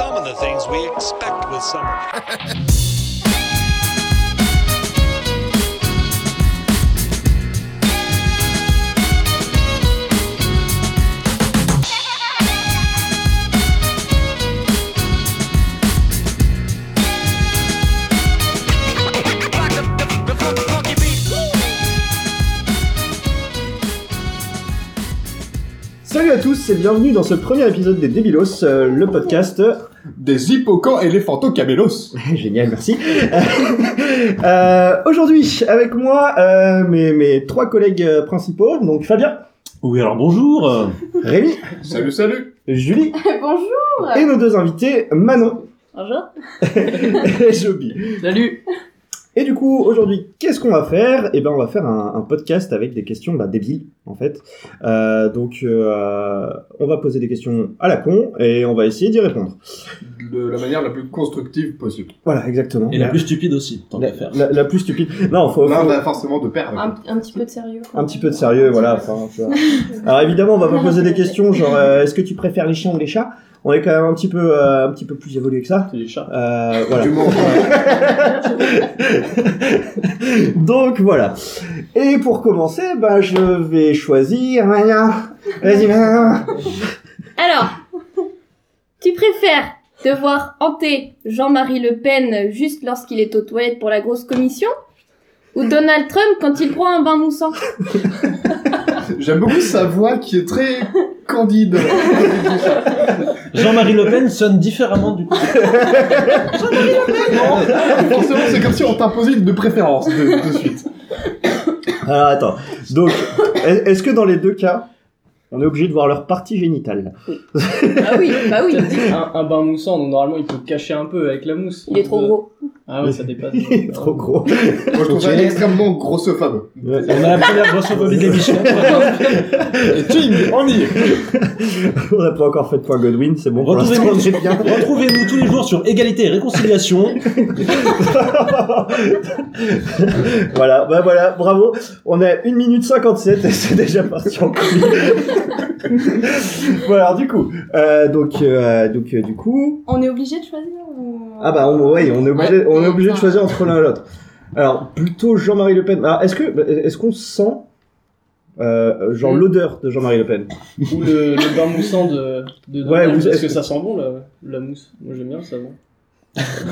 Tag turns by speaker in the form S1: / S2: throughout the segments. S1: of the things we expect with summer.
S2: Salut à tous et bienvenue dans ce premier épisode des Débilos, euh, le podcast.
S3: Des hippocans éléphantocamélos.
S2: Génial, merci. Euh, Aujourd'hui, avec moi, euh, mes, mes trois collègues euh, principaux, donc Fabien,
S4: Oui, alors bonjour.
S2: Rémi,
S3: Salut, salut.
S2: Julie
S5: Bonjour.
S2: et nos deux invités, Manon
S5: Bonjour.
S2: et Joby.
S6: Salut
S2: Et du coup, aujourd'hui, qu'est-ce qu'on va faire Eh ben, on va faire un, un podcast avec des questions bah, débiles, en fait. Euh, donc, euh, on va poser des questions à la con et on va essayer d'y répondre.
S3: De la manière la plus constructive possible.
S2: Voilà, exactement.
S4: Et la plus stupide aussi, tant
S2: la,
S4: qu'à faire.
S2: la- la plus stupide. Non, faut,
S3: Là,
S2: faut-
S3: on a forcément de perdre.
S5: Un, un petit peu de sérieux. quoi.
S2: un petit peu de sérieux, voilà. enfin, tu vois. Alors évidemment, on va pas poser des questions genre euh, est-ce que tu préfères les chiens ou les chats On est quand même un petit peu, euh, un petit peu plus évolué que ça.
S4: Les chats.
S2: Euh, voilà.
S3: Du moment-
S2: Donc voilà. Et pour commencer, bah, je vais choisir. Maya. Vas-y, Maya.
S5: Alors, tu préfères devoir hanter Jean-Marie Le Pen juste lorsqu'il est aux toilettes pour la grosse commission ou Donald Trump quand il prend un bain moussant
S3: J'aime beaucoup sa voix qui est très candide.
S4: Jean-Marie Le Pen sonne différemment du coup.
S3: Non, Forcément, c'est comme si on t'imposait une de préférence de, de suite.
S2: Alors attends. Donc, est- est-ce que dans les deux cas, on est obligé de voir leur partie génitale
S7: Ah oui, bah oui.
S6: un, un bain moussant, donc normalement il peut cacher un peu avec la mousse.
S5: Il est trop gros.
S6: Ah oui, ça dépasse.
S2: Il est Trop gros.
S3: Moi, je trouve ça
S2: Ok.
S3: extrêmement grossophobe.
S2: Ouais.
S4: On a la première grossophobie de l'émission.
S3: Et ting, on y est.
S2: on n'a pas encore fait de point Godwin, c'est bon. pour l'instant,
S4: Retrouvez-nous
S2: on est bien.
S4: retrouvez-nous tous les jours sur Égalité et Réconciliation.
S2: Voilà, bah voilà, bravo. On est à 1 minute 57 et c'est déjà parti en couille. voilà, alors, du coup, euh, donc, euh, donc euh, du coup,
S5: On est obligé de choisir ou...
S2: ah bah on, ouais, on est obligé, on est obligé de choisir entre l'un et l'autre. Alors plutôt Jean-Marie Le Pen. Alors est-ce que, est-ce qu'on sent euh, genre
S6: Mm.
S2: l'odeur de Jean-Marie Le Pen
S6: Ou le, le bain moussant de. de
S2: Ouais,
S6: Donald,
S2: vous-
S6: parce
S2: est-ce
S6: que
S2: que-
S6: ça sent bon la, la mousse. Moi j'aime bien le savon.
S5: Attends,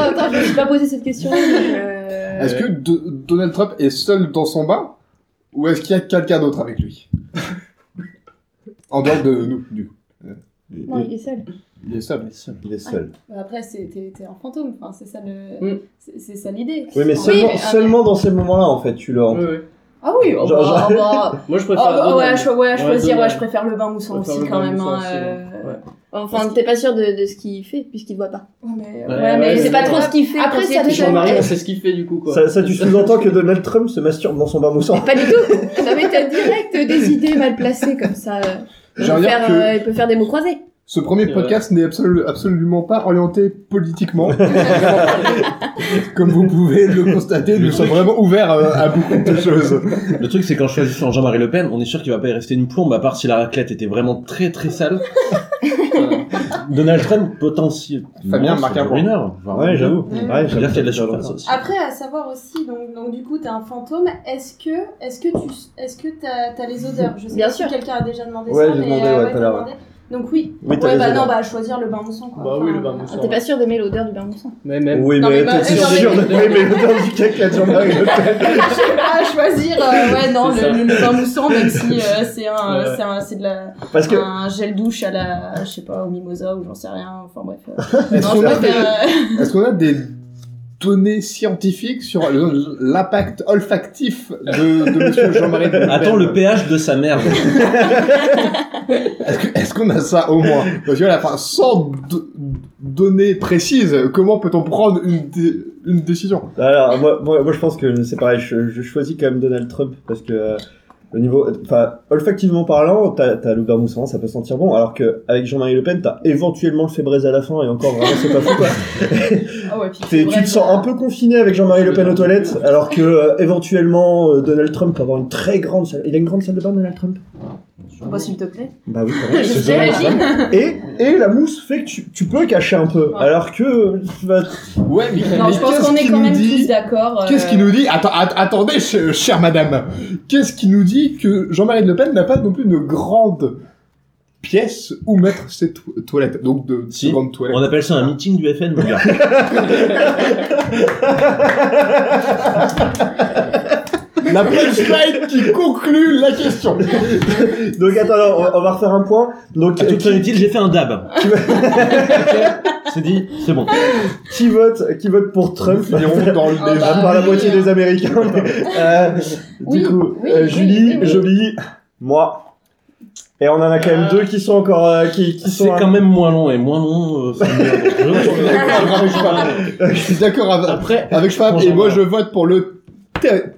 S5: attends, je me suis pas posé cette question. euh,
S3: Est-ce que Do- Donald Trump est seul dans son bain ou est-ce qu'il y a quelqu'un d'autre avec lui En dehors de nous, du coup.
S5: Non, il est seul.
S3: Il est seul.
S2: Il est seul.
S7: Après, c'est- t'es t'es un fantôme. Enfin, c'est ça le,
S6: Mm.
S7: c'est c'est ça l'idée.
S2: Oui, mais
S7: Oui,
S2: seulement,
S8: euh,
S7: mais-
S2: seulement dans ces moments-là en fait, tu le.
S6: Ouais, ouais.
S7: Ah oui, oh,
S2: Genre-
S7: bah, oh, bah,
S6: Moi je
S7: oh,
S6: préfère.
S7: bah, ouais,
S6: Donald.
S7: je, ouais, je
S6: Ouais,
S7: choisir, ouais,
S6: Donald.
S7: je préfère le bain moussant
S6: Je préfère
S7: aussi
S6: le
S7: quand
S6: bain
S7: même.
S6: moussant
S7: hein,
S6: aussi,
S7: euh,
S6: ouais.
S5: Enfin, t'es pas sûr de, de ce qu'il fait puisqu'il voit pas.
S7: ouais, mais-
S6: Ouais,
S7: ouais, mais
S6: ouais,
S7: c'est pas trop ce qu'il
S5: qu'il fait.
S7: Après,
S5: quand il
S7: ça
S5: est tout
S7: dépend.
S5: seul.
S6: Jean-Marie, on sait ce qu'il fait du coup quoi.
S2: Ça, ça, tu sous-entends que Donald Trump se masturbe dans son bain moussant.
S5: Pas du tout. Non mais t'as direct des idées mal placées comme ça. Il
S3: J'ai
S5: peut,
S3: envie de
S5: faire,
S3: dire que-
S5: euh, il peut faire des mots croisés.
S3: Ce premier
S6: C'est
S3: podcast n'est absolu- absolument pas orienté politiquement. Comme vous pouvez le constater, nous sommes vraiment ouverts euh, à beaucoup de choses.
S4: Le truc, c'est qu'en choisissant Jean-Marie Le Pen, on est sûr qu'il va pas y rester une plombe, à part si la raclette était vraiment très très sale. Donald Trump, potentiel.
S3: Fabien marque un point.
S4: Une heure. voire
S2: Ouais,
S4: deux.
S2: j'avoue.
S7: Ouais.
S2: Ouais,
S4: Je veux dire qu'il y a de la
S2: j'avoue.
S4: surface
S8: Ah,
S4: aussi.
S7: Après, à savoir aussi, donc, donc du coup, t'es un fantôme. Est-ce que, est-ce que tu, est-ce que t'as, t'as les odeurs Je sais
S5: Bien
S7: pas
S5: sûr.
S7: si quelqu'un a déjà demandé
S2: Ouais,
S7: ça.
S2: j'ai
S7: mais,
S2: demandé,
S7: euh,
S2: ouais,
S7: ouais,
S2: tout à
S7: t'as
S2: l'heure,
S7: demandé. Donc oui.
S2: Oui, t'as
S7: ouais,
S2: les
S7: bah
S2: odeurs.
S7: non, bah choisir le bain moussant. Quoi.
S6: Bah oui, le bain moussant.
S5: Ah, T'es pas sûr d'aimer l'odeur du bain moussant.
S6: Mais même.
S2: Oui,
S7: Non,
S2: mais
S7: mais bah,
S2: t'es
S7: non, mais-
S2: sûr, oui, mais l'odeur du caca de Jean-Marie Le Pen.
S7: à choisir euh, ouais non
S6: C'est ça.
S7: le, le, le bain moussant même si euh, c'est un
S6: Ouais, ouais.
S7: c'est un c'est de la
S2: Parce que
S7: un gel douche à la je sais pas au mimosa ou j'en sais rien enfin bref euh,
S3: Est-ce
S7: non,
S3: qu'on
S7: je
S3: a,
S7: préfère, euh,
S3: est-ce qu'on a des données scientifiques sur l- l'impact olfactif de, de monsieur Jean-Marie Le Pen
S4: Attends le pH de sa mère.
S3: Est-ce que- est-ce qu'on a ça au moins Parce que voilà, enfin, sans do- données précises, comment peut-on prendre une, dé- une décision
S4: Ah.
S2: Alors, moi, moi, moi, je pense que c'est pareil, je, je choisis quand même Donald Trump parce que, euh, au niveau, enfin, olfactivement parlant, t'as, t'as le beurre moussant, ça peut sentir bon, alors que, avec Jean-Marie Le Pen, t'as éventuellement le fébraise à la fin et encore vraiment, c'est pas fou, quoi.
S7: ah ouais, puis
S2: T'es- tu
S7: bref,
S2: te sens un peu confiné avec Jean-Marie Le Pen aux toilettes, alors que, euh, éventuellement, euh, Donald Trump peut avoir une très grande salle. Il a une grande salle de bain, Donald Trump?
S7: euh,
S5: pas, s'il te plaît.
S2: Bah oui, quand même, c'est dommage.
S5: J'imagine.
S2: Et, et la mousse fait que tu, tu peux cacher un peu,
S7: Ouais.
S2: alors que euh, tu vas-
S3: Ouais, mais,
S8: Non,
S3: mais
S8: je pense
S3: qu'est-ce
S8: qu'on est
S3: qu'il
S8: quand
S3: nous
S8: même
S3: dit-
S8: tous d'accord. euh,
S3: Qu'est-ce qui nous dit Attends, att- Attendez, ch- chère madame. Qu'est-ce qui nous dit que Jean-Marie Le Pen n'a pas non plus une grande pièce où mettre ses to- toilettes Donc de, de
S4: Si.
S3: grandes toilettes.
S4: On appelle ça un meeting du FN, mon gars.
S3: La punchline qui conclut la question.
S2: Donc attends, alors, on, on va refaire un point. Donc
S4: À
S2: euh,
S4: toute fin
S2: qui,
S4: utile, j'ai fait un dab.
S2: qui va-
S4: C'est dit, c'est bon.
S2: qui vote, qui vote pour
S3: Nous
S2: Trump
S3: finirons dans les
S8: Ah bah,
S2: Par la
S8: oui,
S2: moitié
S8: hein.
S2: des Américains. Euh,
S8: Oui,
S2: du coup,
S8: oui,
S2: euh,
S8: oui,
S2: Julie,
S8: oui, oui.
S2: Jolie, moi. Et on en a quand même deux qui sont encore, euh, qui, qui
S4: C'est
S2: sont.
S4: quand même moins long et moins long. euh, c'est mieux.
S3: D'accord avec Schwab. Je suis d'accord avec,
S4: Après,
S3: avec Schwab et
S4: Bonjour,
S3: moi je
S4: madame.
S3: vote pour le ter-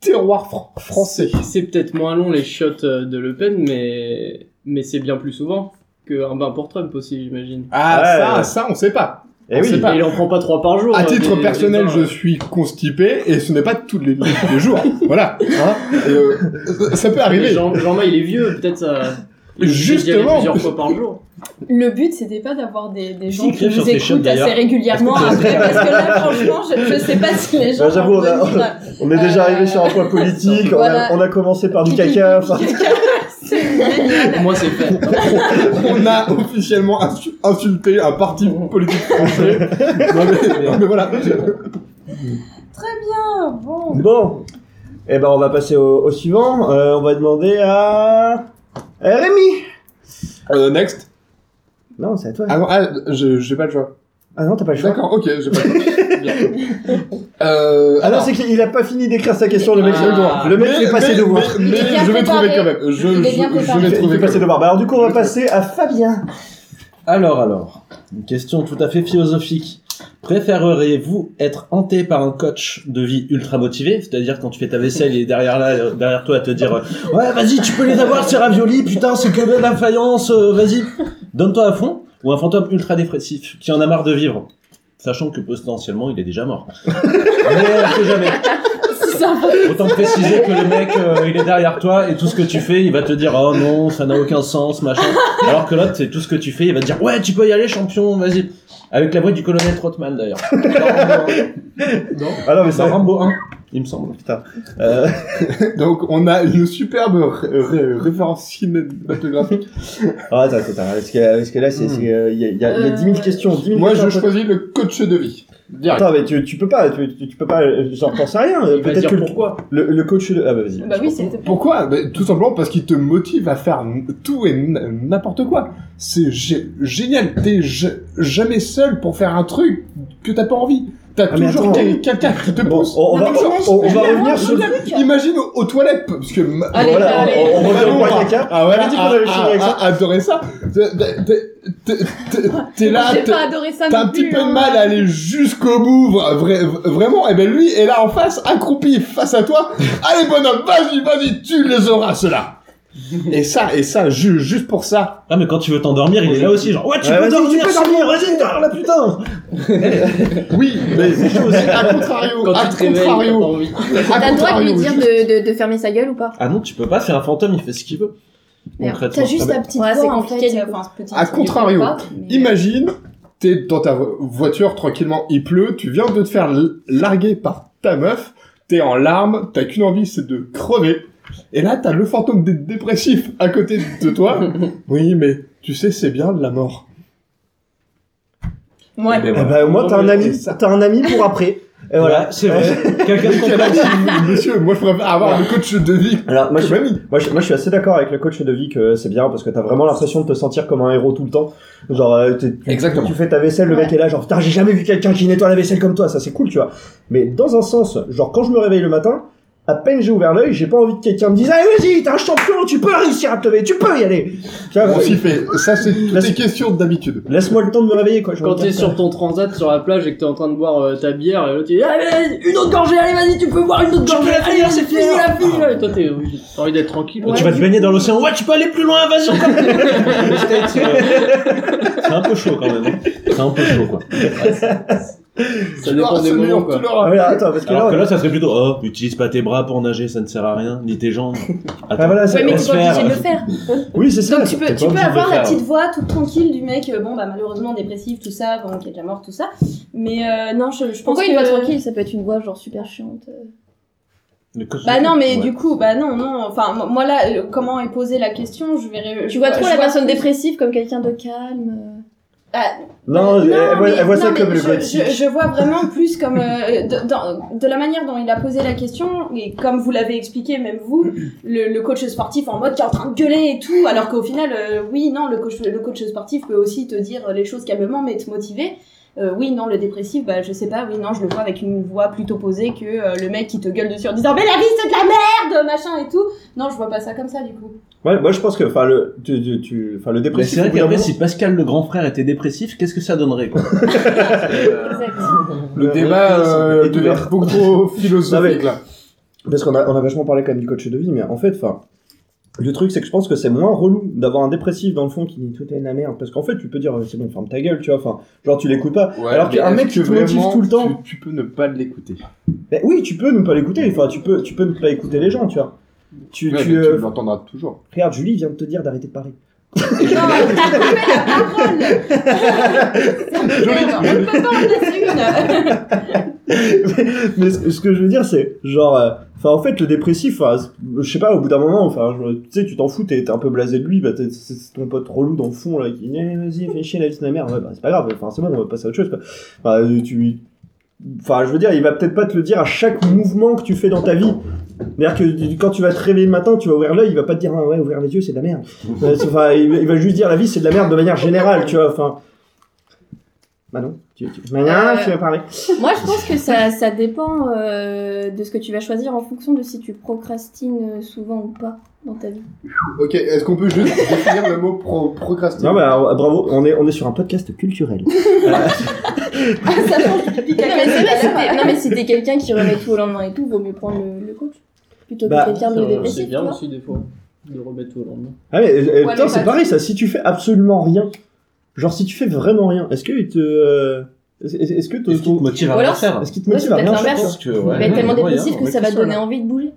S3: terroir fran- français.
S6: C'est peut-être moins long les shots euh, de Le Pen, mais, mais c'est bien plus souvent qu'un bain pour Trump aussi, j'imagine.
S3: Ah
S2: Ouais.
S3: ça, ça on sait pas.
S2: Eh
S3: on
S2: oui.
S3: sait pas.
S6: Et il en prend pas trois par jour.
S3: À
S6: hein,
S3: titre
S6: des- des
S3: personnel,
S6: bains,
S3: je
S6: euh.
S3: suis constipé et ce n'est pas tous les, tous les jours. Voilà. hein. Et, euh, ça peut
S6: Mais
S3: arriver.
S6: Jean- Jean-Ma, il est vieux, peut-être ça. il est obligé d'y aller
S3: Justement.
S6: Plusieurs fois par jour.
S8: Le but, c'était pas d'avoir des, des gens
S4: Ils
S8: qui
S4: écrivent
S8: nous
S4: sur ces chaînes,
S8: écoutent
S4: d'ailleurs.
S8: assez régulièrement
S4: Parce que-
S8: après, parce que là, franchement, je, je sais pas si les
S3: Ah,
S8: gens.
S2: Bah, j'avoue,
S8: vont
S2: on a-
S8: venir,
S3: oh,
S2: On est déjà
S8: Euh,
S2: arrivé sur un point politique. on a-
S8: voilà.
S2: On, a, commencé par du
S8: Pipi,
S2: caca.
S8: pipi,
S2: par-
S8: caca. C'est génial.
S6: Moi, c'est fait.
S3: On a officiellement insu- insulté un parti politique français. non, mais, non, mais voilà.
S7: Ah, bon.
S2: Bon, eh ben on va passer au, au suivant. Euh, on va demander à à Rémi.
S3: Euh, next.
S2: Non, c'est à toi.
S3: Ah non, ah, je- j'ai pas le choix.
S2: Ah non, t'as pas le choix.
S3: D'accord, ok, j'ai pas le choix. Bien. Euh,
S2: Ah non, c'est qu'il a pas fini d'écrire sa question, le mec.
S6: Ah.
S2: c'est le devoir. Le mec
S3: mais-
S2: fait passer
S3: mais-
S2: le devoir.
S3: Mais, mais
S8: Il est bien
S3: je vais
S8: préparé.
S3: trouver quand même. Je, je,
S8: Il est bien
S3: je
S8: préparé.
S3: vais
S2: Il fait- il
S3: trouver
S2: fait
S3: quand
S2: passer le
S3: même.
S2: devoir. Bah alors du coup, on va passer à Fabien.
S4: Alors, alors, une question tout à fait philosophique. Préféreriez-vous être hanté par un coach de vie ultra motivé, c'est-à-dire quand tu fais ta vaisselle et derrière là, euh, derrière toi à te dire euh, ouais vas-y tu peux les avoir ces raviolis putain c'est que de la faïence euh, vas-y donne-toi à fond ou un fantôme ultra dépressif qui en a marre de vivre sachant que potentiellement il est déjà mort mais on sait jamais autant préciser que le mec euh, il est derrière toi et tout ce que tu fais il va te dire oh non ça n'a aucun sens machin alors que l'autre, c'est tout ce que tu fais, il va te dire ouais, tu peux y aller, champion, vas-y. Avec la voix du colonel Trotman d'ailleurs.
S2: Ah non, mais ça.
S4: Dans Rambo 1, il me semble.
S2: Euh,
S3: Donc, on a une superbe ré- ré- référence cinématographique.
S2: alors, attends, attends, attends, parce que, parce que là, c'est, c'est, euh, il y a, il y a- il y a 10 000 questions. 10 000
S3: Moi, je
S2: questions.
S3: choisis le coach de vie. Direct.
S2: Attends, mais tu, tu peux pas, tu, tu- tu peux pas, euh, genre, t'en sais rien.
S6: Il va
S2: Peut-être
S6: dire
S2: que le,
S6: pourquoi.
S2: le, le coach de. Ah bah vas-y.
S8: Bah oui, c'était pour.
S3: Pourquoi Ben, Tout simplement parce qu'il te motive à faire n- tout et n- n'importe quoi. C'est gé- génial. T'es ja- jamais seul pour faire un truc que t'as pas envie. T'as
S2: Ah, mais
S3: toujours
S2: attends.
S3: quel- quelqu'un qui te
S2: Bon,
S3: pousse.
S2: on, on
S8: Non,
S2: va,
S8: mais t'imagines-
S2: on, on va
S8: je vais
S2: revenir
S8: avoir
S2: sur.
S8: un
S3: Imagine aux, aux toilettes, parce que ma-
S8: Allez,
S2: Voilà,
S8: allez.
S2: on- on- on revient au
S3: Vraiment,
S2: point caca.
S3: Ah ouais,
S2: J'avais dit qu'on avait fini avec ça.
S3: Adorer ça. T'es- t'es- t'es- t'es- T'es là,
S8: J'ai
S3: t'es-
S8: pas adoré ça.
S3: t'as un
S8: non
S3: petit
S8: plus,
S3: peu de
S8: hein.
S3: mal à aller jusqu'au bout, vra- vra- vraiment. Et ben lui est là en face, accroupi face à toi. Allez bonhomme, vas-y, vas-y, tu les auras ceux-là. Et ça, et ça, ju- juste pour ça.
S4: Ah, mais quand tu veux t'endormir, il est là aussi, genre ouais, tu
S2: Ouais,
S4: peux
S2: Eh ben, vas-y,
S4: dormir,
S2: tu peux
S4: c'est
S2: dormir,
S4: bon,
S2: vas-y, dors, là, putain!
S3: Oui, mais c'est à contrario,
S6: Quand
S3: à
S6: tu te réveilles, t'as pas
S3: contrario,
S6: envie.
S3: à
S5: T'as le droit de
S3: contrario,
S5: lui dire
S3: juste-
S5: de, de, de fermer sa gueule ou pas
S4: Ah non, tu peux pas, c'est un fantôme, il fait ce qu'il veut.
S8: T'as
S4: Concrètement. Ah, bah,
S8: juste ta petite
S5: Ouais, c'est
S8: voix en
S5: compliqué,
S8: fait. euh,
S5: du
S8: enfin, ce petit-
S3: À
S8: tu peux
S3: contrario,
S8: pas, mais-
S3: Imagine, t'es dans ta vo- voiture tranquillement, il pleut, tu viens de te faire l- larguer par ta meuf, t'es en larmes, t'as qu'une envie, c'est de crever. Et là, t'as le fantôme dé- dépressif à côté de toi. oui, mais tu sais, c'est bien la mort.
S8: Ouais.
S4: Mais
S2: Ah
S4: Eh ben, voilà.
S2: bah, au moins, t'as un ami,
S3: ça.
S2: t'as un ami pour après. Et voilà.
S4: Voilà, c'est vrai. Quelqu'un de
S3: Quel
S4: compétent.
S3: ami, Monsieur, moi je préfère avoir le coach de vie
S2: Alors, moi,
S3: que
S2: je,
S3: mamie.
S2: moi, je, moi, je suis assez d'accord avec le coach de vie que c'est bien parce que t'as vraiment l'impression de te sentir comme un héros tout le temps. Genre, euh, t'es- tu,
S4: Exactement.
S2: tu fais ta vaisselle, le
S8: Ouais.
S2: mec est là, genre, putain, j'ai jamais vu quelqu'un qui nettoie la vaisselle comme toi, ça c'est cool, tu vois. Mais dans un sens, genre, quand je me réveille le matin, à peine j'ai ouvert l'œil, j'ai pas envie que quelqu'un me dise, allez, vas-y, t'es un champion, tu peux réussir à te lever, tu peux y aller. Tu vois,
S3: On
S2: euh,
S3: s'y fait. Ça, c'est toutes
S2: Là,
S3: les
S2: c'est-
S3: questions d'habitude.
S2: laisse-moi le temps de me réveiller, quoi. j'ai
S6: Quand
S2: envie de
S6: t'es
S2: faire
S6: sur ton transat sur la plage et que t'es en train de boire euh, ta bière, et l'autre il dit Allez, une autre gorgée, allez, vas-y, tu peux boire une autre gorgée, allez, c'est fini la fille là. Et toi, t'es- t'as envie d'être tranquille.
S4: Tu vas te baigner dans l'océan, ouais, tu peux aller plus loin, vas-y, encore plus loin. C'est un peu chaud quand même. hein. C'est un peu chaud quoi.
S6: Ça dépend des moments, quoi.
S2: Ah oui, attends, parce que là,
S4: Alors
S2: on-
S4: que là, ça serait plutôt oh, utilise pas tes bras pour nager, ça ne sert à rien, ni tes jambes.
S2: Ah, voilà,
S5: Ouais,
S2: c'est-
S5: mais
S4: on
S5: t'es
S4: se
S5: pas
S4: faire.
S5: obligé de le faire.
S2: Oui, c'est ça.
S8: Donc tu peux,
S4: t'es
S8: tu peux
S4: pas obligé de
S8: avoir
S4: le
S8: la
S4: Ah, faire.
S8: petite voix toute tranquille du mec, euh, bon bah malheureusement dépressif, tout ça, bon qui est déjà mort, tout ça. Mais euh, non, je, je pense
S5: Pourquoi
S8: que...
S5: une voix tranquille Ça peut être une voix genre super chiante.
S4: Le cosmo-
S8: Bah non, mais
S4: Ouais.
S8: du coup, bah non, non. Enfin, mo- moi là, euh, comment est posée la question Je verrai.
S5: Tu vois trop la personne
S8: dépressive.
S5: dépressive comme quelqu'un de calme.
S2: Non, elle, elle voit,
S8: mais-
S2: elle voit ça
S8: non,
S2: comme
S8: mais
S2: le
S8: je,
S2: gothique.
S8: je, je vois vraiment plus comme euh, de, dans- de la manière dont il a posé la question et comme vous l'avez expliqué même vous, le, le coach sportif en mode qui est en train de gueuler et tout, alors qu'au final, euh, oui, non, le coach, le coach sportif peut aussi te dire les choses calmement mais te motiver. Euh, oui, non, le dépressif, bah, je sais pas, oui, non, je le vois avec une voix plutôt posée que euh, le mec qui te gueule dessus en disant Mais la vie, c'est de la merde, machin et tout. Non, je vois pas ça comme ça du coup.
S2: Ouais, moi, je pense que, enfin, le, tu, tu, tu- enfin, le
S4: Mais c'est
S2: dépressif.
S4: vrai
S2: au bout d'un
S4: qu'après,
S2: moment-
S4: si Pascal le grand frère était dépressif, qu'est-ce que ça donnerait quoi
S5: Exact.
S3: Le débat euh,
S2: est
S3: devient
S2: ouvert.
S3: beaucoup trop philosophique
S2: Avec-
S3: là.
S2: Parce qu'on a, on a vachement parlé quand même du coach de vie, mais en fait, enfin, le truc, c'est que je pense que c'est moins relou d'avoir un dépressif dans le fond qui dit tout est de la merde. Parce qu'en fait, tu peux dire, c'est bon, ferme ta gueule, tu vois, enfin, genre, tu l'écoutes pas. Alors
S3: mais
S2: qu'un
S3: est-ce
S2: mec
S3: que
S2: qui te motive
S3: vraiment
S2: tout le temps.
S3: Tu, tu peux ne pas l'écouter.
S2: Ben oui, tu peux ne pas l'écouter, enfin, tu peux, tu peux ne pas écouter les gens, tu vois. Tu,
S3: Ouais, mais
S2: tu,
S3: tu
S2: euh,
S3: l'entendras toujours.
S2: regarde, Julie vient de te dire d'arrêter de parler.
S8: Non, tu la parole On peut pas en laisser une
S2: mais, mais ce ce que je veux dire, c'est genre, euh, enfin, en fait, le dépressif, enfin, c'est- je sais pas, au bout d'un moment, enfin, je- tu sais, tu t'en fous, t'es t'es un peu blasé de lui, bah, t'es- c'est c'est ton pote relou dans le fond, là, qui dit, Eh, vas-y, fais chier la vie de la merde, ouais, bah, c'est pas grave, enfin, c'est bon, on va passer à autre chose, quoi. Enfin, euh, tu. Enfin, je veux dire, il va peut-être pas te le dire à chaque mouvement que tu fais dans ta vie. C'est-à-dire que quand tu vas te réveiller le matin, tu vas ouvrir l'œil, il va pas te dire, ah ouais, ouvrir les yeux, c'est de la merde. Euh, c'est- Enfin, il va- il va juste dire, la vie, c'est de la merde de manière générale, tu vois, enfin. Bah non, tu, tu... Mais non, tu vas parler.
S5: Moi, je pense que ça, ça dépend euh, de ce que tu vas choisir en fonction de si tu procrastines euh, souvent ou pas dans ta vie.
S3: Ok, est-ce qu'on peut juste définir le mot pro procrastiner
S2: Non,
S6: euh,
S2: bah alors, bravo, on est, on est sur un podcast culturel.
S8: Ah, Ça change du pic
S5: Non,
S8: à
S5: mais
S8: caca.
S5: c'est vrai, si t'es- non, mais si t'es quelqu'un qui remet tout au lendemain et tout, vaut mieux prendre le, le coach plutôt que
S2: Bah,
S5: quelqu'un de
S6: Ça, C'est
S5: dépressif. tu
S6: bien
S5: vois.
S6: aussi, des fois, de remettre tout au lendemain.
S2: Ah, mais euh,
S8: Ouais,
S2: putain,
S8: mais
S2: c'est
S8: pas
S2: pareil
S8: tout.
S2: ça, si tu fais absolument rien, genre si tu fais vraiment rien, est-ce que il te. euh, Est-ce est-ce que te-
S4: Est-ce qu'il te motive à
S5: Ou
S4: rien
S5: alors,
S4: faire
S2: Est-ce qu'il te
S5: Ouais,
S2: motive
S5: c'est
S2: à rien
S5: peut-être
S2: faire
S5: l'inverse.
S4: Parce que, ouais,
S5: Il va être tellement
S4: ouais,
S5: dépressif
S4: ouais,
S5: que
S4: ouais,
S5: ça va
S4: tout hein.
S5: te donner
S4: là.
S6: hein.
S5: envie de bouger.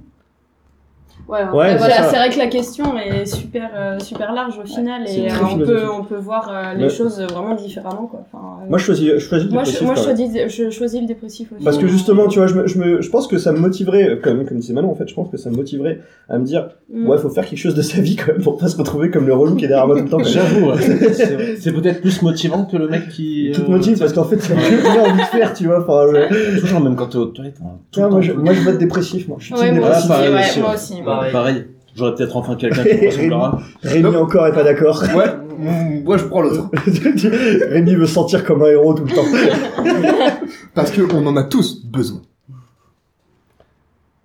S8: Ouais, après,
S2: Ouais, c'est
S8: voilà,
S2: ça.
S8: c'est vrai que la question est super, euh, super large au final
S2: c'est
S8: et
S2: très
S8: euh, on, peut,
S2: philosophique.
S8: on peut voir euh, les
S2: Mais-
S8: choses vraiment différemment. Quoi. Enfin, euh,
S2: Moi, je choisis, je choisis le
S8: moi,
S2: dépressif,
S8: je, moi, je
S2: quand même.
S8: choisis, je choisis le dépressif aussi.
S2: Parce que justement, tu vois, je, me- je, me, je pense que ça me motiverait, euh, comme, comme disait Manon, en fait, je pense que ça me motiverait à me dire,
S8: Mm.
S2: ouais, faut faire quelque chose de sa vie quand même pour pas se retrouver comme le relou qui est derrière moi tout le temps. quoi.
S4: J'avoue, ouais. c'est c'est peut-être plus motivant que le mec qui.
S2: Qui te
S4: euh,
S2: motive parce qu'en fait, t'as rien envie de faire, tu vois. Enfin, je-
S4: Toujours, même quand t'es aux toilettes. hein, tout
S2: Tiens,
S4: le
S2: moi,
S4: temps.
S2: je, moi, je vote dépressif, moi. Je suis
S8: Ouais,
S2: team
S8: moi
S4: Ah,
S2: dépressif.
S8: aussi,
S4: pareil
S8: ouais,
S4: aussi,
S8: moi
S4: ouais.
S8: aussi. moi.
S4: Pareil. J'aurais peut-être enfin quelqu'un qui me ressemblera.
S2: Rémi encore est pas d'accord.
S3: Ouais, mm, moi je prends l'autre.
S2: Rémi veut sentir comme un héros tout le temps.
S3: Parce qu'on en a tous besoin.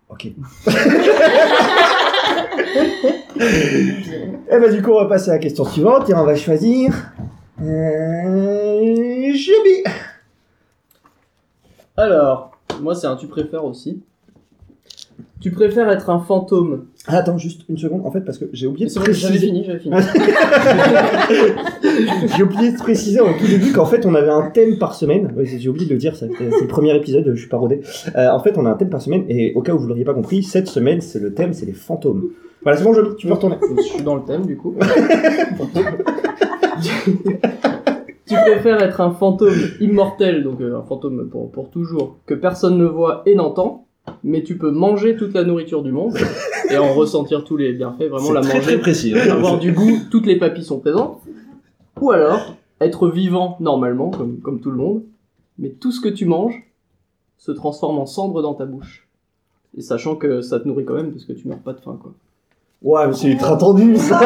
S2: Ok. Et bah du coup on va passer à la question suivante et on va choisir... Euh... Jubi
S6: Alors, moi, c'est un tu préfères aussi. Tu préfères être un fantôme.
S2: Ah, Attends juste une seconde en fait parce que j'ai oublié de
S6: C'est bon, j'avais
S2: préciser...
S6: fini, j'avais fini.
S2: J'ai oublié de préciser au tout début qu'en fait on avait un thème par semaine. Ouais, J'ai oublié de le dire, ça- c'est le premier épisode, je suis pas rodé. Euh, en fait on a un thème par semaine et au cas où vous l'auriez pas compris, cette semaine c'est le thème, c'est les fantômes. Voilà c'est bon Joby, tu peux retourner.
S6: Je suis dans le thème du coup. tu préfères être un fantôme immortel, donc euh, un fantôme pour, pour toujours, que personne ne voit et n'entend, mais tu peux manger toute la nourriture du monde et en ressentir tous les bienfaits, vraiment
S4: C'est
S6: la
S4: très,
S6: manger,
S4: très précis. hein.
S6: avoir du goût, toutes les papilles sont présentes. Ou alors, être vivant normalement, comme, comme tout le monde, mais tout ce que tu manges se transforme en cendre dans ta bouche. Et sachant que ça te nourrit quand même parce que tu meurs pas de faim quoi.
S2: Ouais, mais c'est ultra tendu ça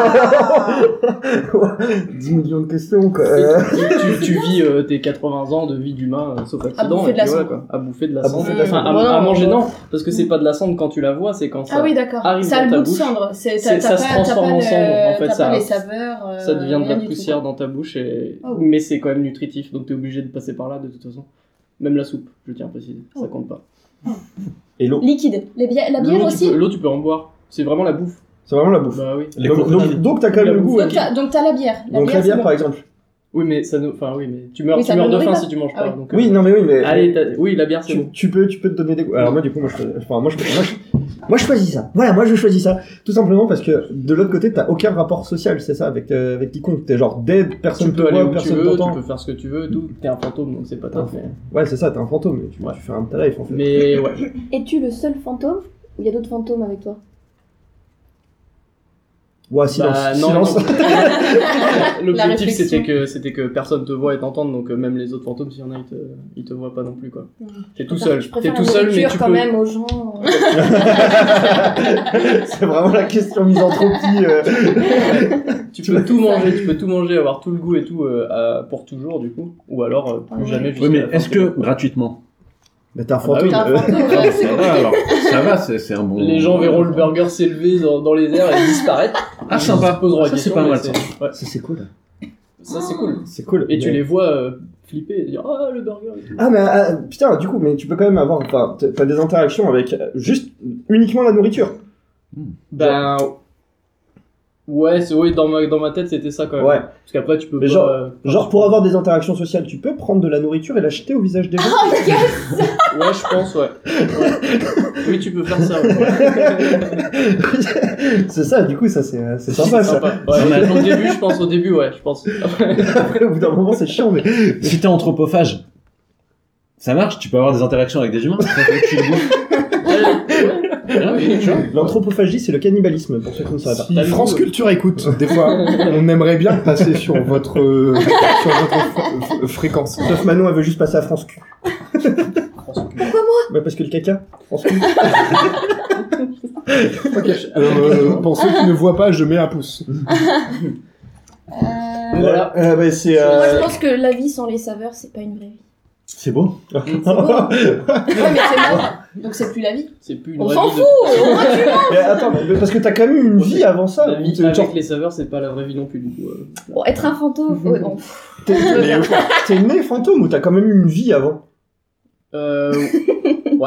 S2: 10 millions de questions quoi. Euh,
S6: tu, tu- tu vis euh, tes 80 ans de vie d'humain euh, sauf accident
S8: bouffer
S6: et
S8: de la
S6: puis voilà,
S8: cendre.
S6: quoi. à bouffer de la
S2: À
S6: cendre
S2: bouffer de la
S6: Enfin, à,
S8: cendre.
S6: à
S8: Ouais,
S6: manger
S8: ouais.
S6: non parce que c'est pas de la cendre quand tu la vois c'est quand ça
S8: Ah oui, d'accord.
S6: arrive
S8: Ça a le
S6: dans ta
S8: goût de
S6: bouche.
S8: cendre. C'est-
S6: C'est-
S8: t'as-
S6: ça
S8: t'as
S6: se
S8: pas-
S6: transforme
S8: t'as pas
S6: en
S8: le-
S6: cendre, en fait,
S8: t'as
S6: ça-
S8: pas les saveurs. euh,
S6: ça devient de la
S8: rien du tout,
S6: poussière
S8: quoi.
S6: dans ta bouche et
S8: Oh.
S6: mais c'est quand même nutritif donc t'es obligé de passer par là de toute façon même la soupe je tiens à préciser ça compte pas
S2: Et l'eau,
S8: Liquide. Les bia- Oh. La bière
S6: l'eau tu,
S8: aussi.
S6: peux- l'eau, tu peux en boire c'est vraiment la bouffe
S2: c'est vraiment la bouffe.
S6: bah oui
S4: Les
S2: donc,
S4: crocodiles.
S2: donc- donc t'as quand même le goût.
S8: Donc t'as- donc t'as la bière.
S2: Donc la
S8: c'est
S2: bière
S8: bon.
S2: par exemple.
S6: Oui, mais ça nous. Enfin, oui, mais tu meurs,
S8: Oui,
S6: tu
S8: ça
S6: meurs
S8: nous
S6: de
S8: nourrit
S6: faim
S8: pas.
S6: si tu manges
S8: Ah
S6: pas.
S8: oui.
S6: donc, euh,
S2: Oui, non, mais oui, mais.
S6: Allez, t'as- oui, la bière, c'est bon.
S2: tu, tu peux, tu peux te donner des goûts. Alors moi, du coup, moi, je, enfin, moi, je, moi, je, moi, je choisis ça. Voilà, moi, je choisis ça. Tout simplement parce que de l'autre côté, t'as aucun rapport social, c'est ça, avec, euh, avec quiconque. T'es genre dead, personne
S6: Tu
S2: te
S6: peux aller
S2: voit,
S6: où tu
S2: personne
S6: veux, tu
S2: t'entend. Ah,
S6: peux faire ce que tu veux, tout. T'es un fantôme, donc c'est pas top. Mais,
S2: Ouais, c'est ça, t'es un fantôme. Mais tu,
S6: Ouais.
S2: tu fais un de ta life, en fait.
S6: mais ouais.
S5: Es-tu le seul fantôme ou il y a d'autres fantômes avec toi
S2: Ouais, silence,
S6: Bah, non,
S2: silence.
S6: non. L'objectif,
S8: réflexion.
S6: c'était que c'était que personne te voit et t'entende, donc euh, même les autres fantômes, s'il y en a, ils te, ils te voient pas non plus quoi.
S8: Mm.
S6: T'es tout seul.
S5: Je
S6: T'es
S5: préfère
S6: tout
S5: la
S6: seul, mais
S5: nourriture
S6: tu
S5: quand
S6: peux.
S5: même aux gens. euh.
S2: c'est vraiment la question misanthropie. euh.
S6: Tu peux tout manger, tu peux tout manger, avoir tout le goût et tout euh, à- pour toujours du coup, ou alors euh, plus
S8: Ouais.
S6: jamais.
S4: Oui,
S6: jusqu'à
S4: mais
S6: la fin
S4: est-ce
S6: de
S4: que
S6: tes jours.
S4: gratuitement
S2: Mais t'es un
S6: bah oui,
S2: fantôme.
S8: T'as
S2: euh.
S8: un fantôme, ouais, c'est
S4: Ça va, alors. Ça va, c'est c'est un bon.
S6: les gens verront le burger s'élever dans, dans les airs et disparaître
S4: Ah,
S6: Ils se
S4: sympa.
S6: poseront la
S4: Ça, c'est
S6: question,
S4: pas
S6: mais
S4: mal,
S6: c'est- ouais,
S2: Ça, c'est cool.
S6: ça c'est cool.
S2: C'est cool.
S6: Et tu
S2: Mais-
S6: les vois euh, flipper et dire ah le burger. et tout.
S2: Ah mais ah, putain du coup mais tu peux quand même avoir enfin, t- t'as des interactions avec euh, juste uniquement la nourriture
S6: Ben ouais, c'est ouais dans ma dans ma tête c'était ça quand même.
S2: ouais
S6: Parce qu'après tu peux
S2: Mais
S6: pas,
S2: genre-
S6: euh,
S2: genre pour avoir des interactions sociales tu peux prendre de la nourriture et l'acheter au visage des gens
S6: Ouais, je pense, ouais. Ouais. Oui, tu peux faire ça. ouais.
S2: c'est ça du coup ça c'est euh, c'est sympa ça
S6: Sympa. Ouais, mais au début, je pense, au début, ouais, je pense. Après,
S2: au bout d'un moment c'est chiant mais
S4: Si t'es anthropophage, ça marche, tu peux avoir des interactions avec des humains. ça fait que tu le goûtes. Ah oui, tu vois.
S2: l'anthropophagie c'est le cannibalisme pour ceux qui ne savent pas
S3: Si
S6: T'as vu,
S3: France
S6: euh,
S3: Culture écoute, des fois, on aimerait bien passer sur votre, euh, sur votre fr- f- fréquence.
S2: sauf Manon elle veut juste passer à France Q ouais, parce que le caca France Q
S3: Ok. Euh, pour ceux qui ne voient pas, je mets un pouce.
S6: Voilà.
S2: Euh, bah, c'est euh,
S5: Moi, je pense que la vie sans les saveurs, c'est pas une vraie vie.
S4: C'est beau.
S8: Ouais, mais c'est mort. Donc c'est plus la vie.
S6: C'est plus une
S8: On
S6: vraie
S8: s'en
S6: vie
S8: fout.
S6: de-
S2: mais attends mais parce que t'as quand même eu une vie avant ça
S6: La vie
S2: Genre,
S6: avec les saveurs, c'est pas la vraie vie non plus, du coup. euh.
S5: Bon, être un fantôme, ouais, bon.
S2: t'es- t'es t'es né fantôme ou t'as quand même eu une vie avant
S6: Euh, ouais,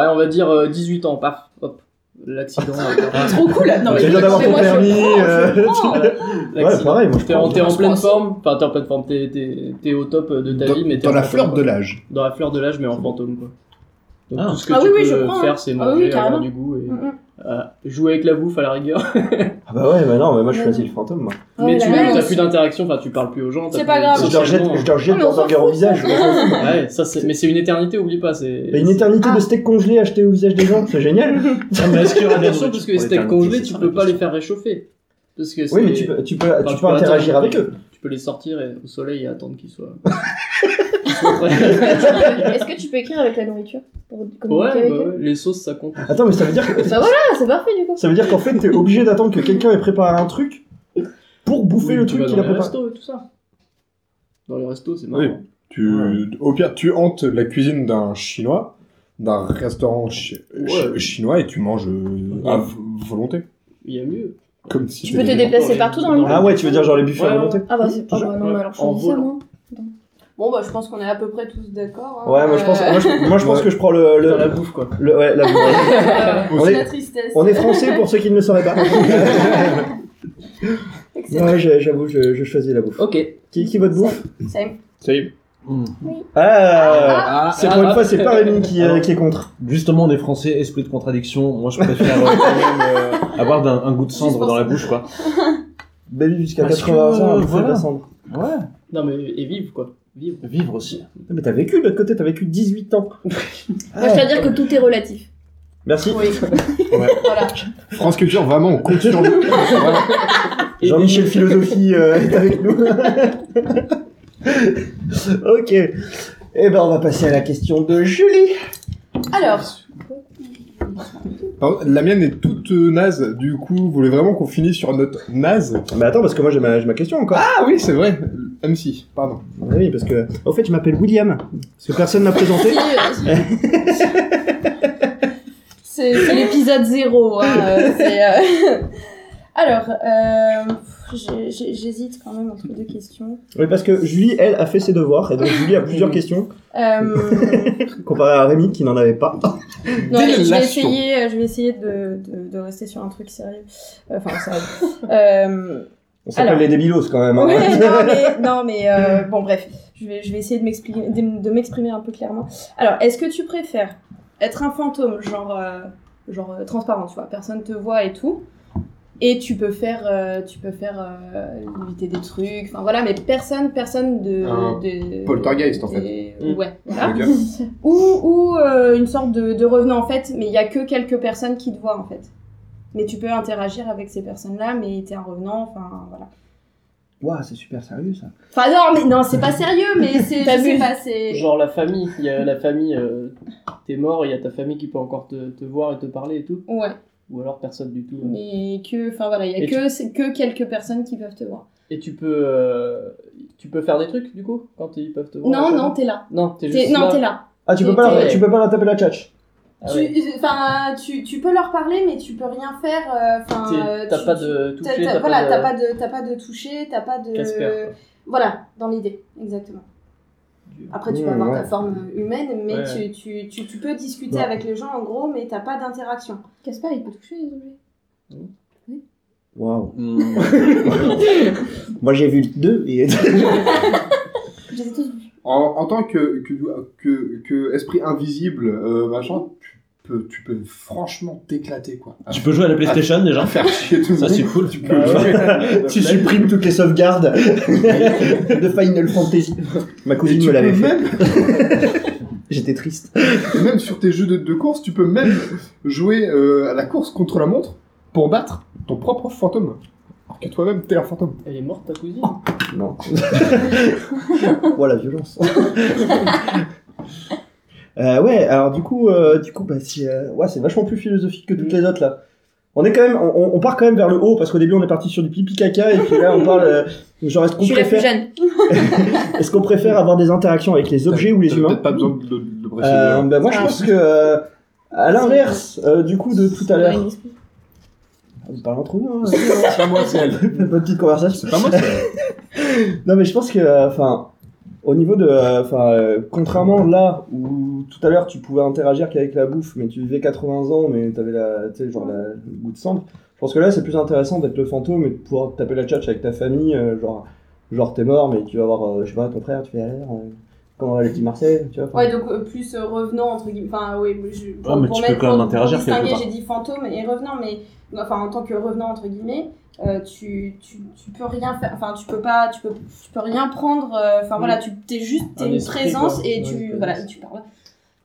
S6: on va dire euh, 18 ans, paf, hop. L'accident. euh,
S2: Ah.
S8: Trop cool. Non, mais
S2: j'ai viens d'avoir
S8: mais
S2: ton
S8: moi, je
S2: permis
S8: prends, je
S2: euh,
S8: prends.
S6: voilà, l'accident.
S2: pareil, moi, je
S6: T'es
S2: prends.
S6: en, t'es en
S8: Je
S6: pleine
S8: pense.
S6: forme, enfin t'es en pleine forme, t'es, t'es- t'es au top euh, de ta
S3: Dans,
S6: vie, mais t'es
S3: dans
S6: en
S3: la
S6: pleine
S3: fleur
S6: forme,
S3: de
S6: quoi.
S3: l'âge.
S6: Dans la fleur de l'âge, mais en fantôme quoi. Donc
S4: Ah.
S6: tout ce que
S7: Ah
S6: tu
S7: oui, oui,
S6: peux
S7: je prends,
S6: faire, c'est
S7: Ah oui,
S6: manger, euh, avoir
S7: carrément.
S6: du goût et
S8: Mm,
S7: Mhm.
S6: euh, jouer avec la bouffe à la rigueur.
S2: Ah bah ouais, bah non, mais moi je choisis le fantôme. Moi.
S5: Ouais,
S6: mais
S5: la
S6: tu
S5: vie,
S6: n'as
S5: moi
S6: plus
S5: aussi.
S6: d'interaction, enfin tu parles plus aux gens. t'as
S7: Oh, C'est
S6: plus- hein.
S7: pas grave.
S2: je leur jette, je leur jette
S5: Ah, mais on
S2: leur
S5: s'en
S2: burger au
S5: fout.
S2: visage. je m'en fous.
S6: Ouais, ça c'est. Mais c'est une éternité, oublie pas. C'est.
S2: Mais une
S5: Ah.
S2: éternité de steak congelé acheté au visage des gens, c'est génial.
S4: mais est-ce qu'il y aura des
S6: Attention parce que les
S4: nourritures
S6: steaks
S4: pour
S6: congelés,
S4: l'éternité,
S6: tu
S4: c'est
S6: peux
S4: ça,
S6: pas
S4: la
S6: les faire réchauffer. Parce que
S2: Oui, mais
S6: c'est-
S2: tu peux, tu peux,
S6: enfin,
S2: tu peux interagir avec eux.
S6: Tu peux les sortir et, au soleil et attendre qu'ils soient. qu'ils soient prêts.
S5: Est-ce que tu peux écrire avec la nourriture pour
S6: Ouais,
S5: communiquer avec
S6: bah
S5: eux
S6: ouais, les sauces ça compte.
S2: Attends, mais ça veut dire que,
S5: Ah, c'est parfait du coup.
S2: ça veut dire qu'en fait t'es obligé d'attendre que quelqu'un ait préparé un truc pour bouffer
S6: Oui,
S2: le
S6: tu
S2: truc
S6: vas
S2: qu'il
S6: dans
S2: a
S6: les
S2: préparé.
S6: restos et tout ça. Dans les restos, c'est marrant.
S3: Oui. Tu, Au pire, tu hantes la cuisine d'un chinois, d'un restaurant chi-
S6: Ouais.
S3: chi- chinois et tu manges euh, à v- volonté.
S6: Il y a mieux.
S3: Comme si
S5: Tu peux te
S3: t'étais-
S5: déplacer partout dans le monde.
S2: Ah ouais, tu veux dire genre les buffets
S6: Ouais,
S2: à
S6: ouais.
S2: volonté
S5: Ah bah c'est pas
S6: Toujours.
S5: bah, non, mais alors je
S6: En
S5: choisis ça
S6: volant.
S5: moi.
S8: Bon, bah, je pense qu'on est à peu près tous d'accord. hein.
S2: Ouais, moi je pense, moi je, moi, je pense
S3: Ouais.
S2: que je prends le,
S6: Dans la
S2: le,
S6: bouffe quoi.
S2: le- ouais, la bouffe.
S8: Euh,
S2: On
S8: c'est
S2: est-
S8: la tristesse.
S2: On est français pour ceux qui ne le sauraient pas.
S8: Excellent.
S2: Ouais, j'ai- j'avoue, je, je choisis la bouffe.
S6: Ok.
S2: Qui, qui vote bouffe
S8: Same.
S3: Ça y est.
S2: Ah,
S6: Ah,
S2: C'est
S6: ah,
S2: pour une
S6: ah.
S2: fois, c'est pas Rémi qui, euh, qui est contre.
S4: Justement, on est français, esprit de contradiction. Moi, je préfère euh, quand même euh, avoir d'un- un goût de
S8: Juste
S4: cendre
S8: pour
S4: dans
S8: ça.
S4: la bouche, quoi.
S2: Baby Bah jusqu'à
S4: Parce
S2: 80
S4: que,
S2: ans, un bouffet de
S4: voilà.
S2: la cendre.
S4: Ouais.
S6: Non mais et vive quoi. Vive.
S4: Vivre aussi.
S2: Non, Mais t'as vécu de l'autre côté, t'as vécu 18 ans.
S6: Ah,
S5: Moi je dois dire que tout est relatif.
S2: Merci.
S8: Oui. Voilà.
S3: France Culture, vraiment, on compte sur vous. Voilà.
S2: Jean-Michel Philosophie euh, est avec nous. ok. Eh ben, on va passer à la question de Julie.
S8: Alors,
S3: Pardon, la mienne est toute euh, naze, du coup, vous voulez vraiment qu'on finisse sur notre naze
S2: Mais attends, parce que moi, j'ai ma, j'ai ma question encore.
S3: Ah oui, c'est vrai, MC, pardon.
S2: Ah oui, parce que, au fait, je m'appelle William. Parce que personne m'a présenté.
S8: euh, c'est c'est l'épisode zéro. hein, euh, c'est, euh, Alors, euh, pff, j'ai- j'ai- j'hésite quand même entre deux questions.
S2: Oui, parce que Julie, elle, a fait ses devoirs. Et donc, Julie a plusieurs questions,
S8: Euh,
S2: comparé à Rémi qui n'en avait pas.
S8: Non, allez, je vais
S3: Délation.
S8: essayer, euh, je vais essayer de, de, de rester sur un truc sérieux. Euh, Enfin, sérieux. Euh,
S2: On s'appelle
S8: Alors.
S2: les débilos quand même. hein.
S8: Ouais, non, mais, non, mais euh, bon, bref, je vais, je vais essayer de m'expliquer- de de m'exprimer un peu clairement. Alors, est-ce que tu préfères être un fantôme, genre, euh, genre euh, transparent, tu vois, personne te voit et tout, et tu peux faire, euh, tu peux faire euh, éviter des trucs, enfin voilà, mais personne, personne de,
S3: Un
S8: de-
S3: poltergeist, en Hmm. Ah,
S8: de-
S6: Mm.
S8: Ouais. voilà.
S3: Ok.
S8: Ou, ou euh, une sorte de, de revenant en fait, mais il y a que quelques personnes qui te voient en fait. Mais tu peux interagir avec ces personnes-là, mais t'es un revenant, enfin voilà.
S2: Ouah, c'est super sérieux ça.
S8: Enfin non, mais non, c'est pas sérieux, mais c'est, je sais
S6: T'abuses.
S8: pas, c'est.
S6: Genre la famille, il y a la famille, euh, t'es mort, il y a ta famille qui peut encore te, te voir et te parler et tout.
S8: Ouais,
S6: Ou alors personne du tout. euh.
S8: mais que, enfin voilà, il y a
S6: Et
S8: que, c'est que quelques personnes qui peuvent te voir.
S6: Et tu peux, euh, tu peux faire des trucs du coup quand ils peuvent te voir.
S8: non,
S6: encore
S8: non, t'es là.
S6: non, t'es
S8: T'es-
S6: juste
S8: non,
S6: là.
S8: t'es là.
S2: Ah, tu peux,
S8: Et
S2: pas leur,
S6: t'es-
S2: tu peux pas leur taper la tchatch.
S6: Ah ouais.
S8: Tu, enfin, tu, tu peux leur parler, mais tu peux rien faire. euh, Enfin,
S6: T'es-
S8: euh,
S6: T'as
S8: tu-
S6: pas
S8: tu-
S6: de
S8: t'as-
S6: toucher,
S8: t'as-
S6: t'as
S8: voilà, t'as
S6: pas
S8: pas de, t'as pas de toucher, t'as pas de.
S6: de Casper.
S8: Voilà, dans l'idée, exactement. Après, tu peux
S2: Mmh,
S8: avoir
S2: ouais.
S8: ta forme humaine, mais tu,
S6: Ouais.
S8: tu, tu, tu peux discuter
S2: Ouais.
S8: avec les gens en gros, mais t'as pas d'interaction.
S5: Casper, il peut toucher les objets.
S2: Waouh. Hmm. Moi j'ai vu le 2 et.
S5: Je les ai tous vus.
S3: En, en tant que, que, que, que esprit invisible, euh, machin, tu peux, tu peux franchement t'éclater, quoi.
S4: Tu peux jouer à la PlayStation déjà
S3: À faire chier tout le
S4: Ça,
S3: monde.
S4: c'est cool.
S3: Tu peux
S2: Ah
S4: Bah,
S3: jouer.
S2: si je supprime toutes les sauvegardes de Final Fantasy. Ma
S3: Et
S2: cousine
S3: tu
S2: me
S3: peux
S2: l'avait fait.
S3: même,
S2: J'étais triste.
S3: et même sur tes jeux de, de course, tu peux même jouer euh, à la course contre la montre pour battre ton propre fantôme. Alors que toi-même, t'es un fantôme.
S6: Elle est morte ta cousine.
S2: Non. voilà, violence. Euh, ouais, alors du coup, euh, du coup, bah, si, euh, ouais, c'est vachement plus philosophique que toutes les autres là. On est quand même, on, on- on part quand même vers le haut parce qu'au début on est parti sur du pipi caca et puis là on parle euh, genre est-ce
S9: Je
S2: qu'on
S9: suis la plus
S2: préfère,
S9: jeune.
S2: est-ce qu'on préfère avoir des interactions avec les objets ou les
S3: T'as
S2: humains
S3: peut-être pas besoin de, de, de préciser.
S2: Euh, bah, Moi je pense que euh, à l'inverse euh, du coup de tout à l'heure, on parle entre nous. Hein,
S3: C'est pas moi, c'est elle.
S2: bonne petite conversation.
S3: C'est pas moi, c'est elle.
S2: Non, mais je pense que, euh, enfin, au niveau de, euh, enfin, euh, contrairement là où tout à l'heure tu pouvais interagir qu'avec la bouffe, mais tu vivais 80 ans, mais t'avais la, tu sais, genre la, le goût de cendre. Je pense que là, c'est plus intéressant d'être le fantôme et de pouvoir taper la tchatche avec ta famille, euh, genre, genre t'es mort, mais tu vas voir, euh, je sais pas, ton frère, tu fais l'air, euh, comment va le petit Marcel, tu vois. enfin.
S8: Ouais, donc euh, plus euh, revenant, entre guillemets. Enfin, oui, je, pour,
S4: Ouais, mais
S8: pour
S4: tu
S8: mettre-
S4: peux quand même
S8: pour-
S4: interagir
S8: pour
S4: quelque
S8: distinguer,
S4: part.
S8: j'ai dit fantôme et revenant, mais enfin, en tant que revenant, entre guillemets, euh, tu, tu, tu peux rien faire. Enfin, tu peux pas, tu peux, tu peux rien prendre. euh, Enfin,
S6: Mm.
S8: voilà, tu t'es juste, t'es
S6: Un
S8: une
S6: esprit,
S8: présence
S6: quoi.
S8: et
S6: Ouais, une
S8: tu,
S6: présence.
S8: voilà, et tu parles.
S4: Ah,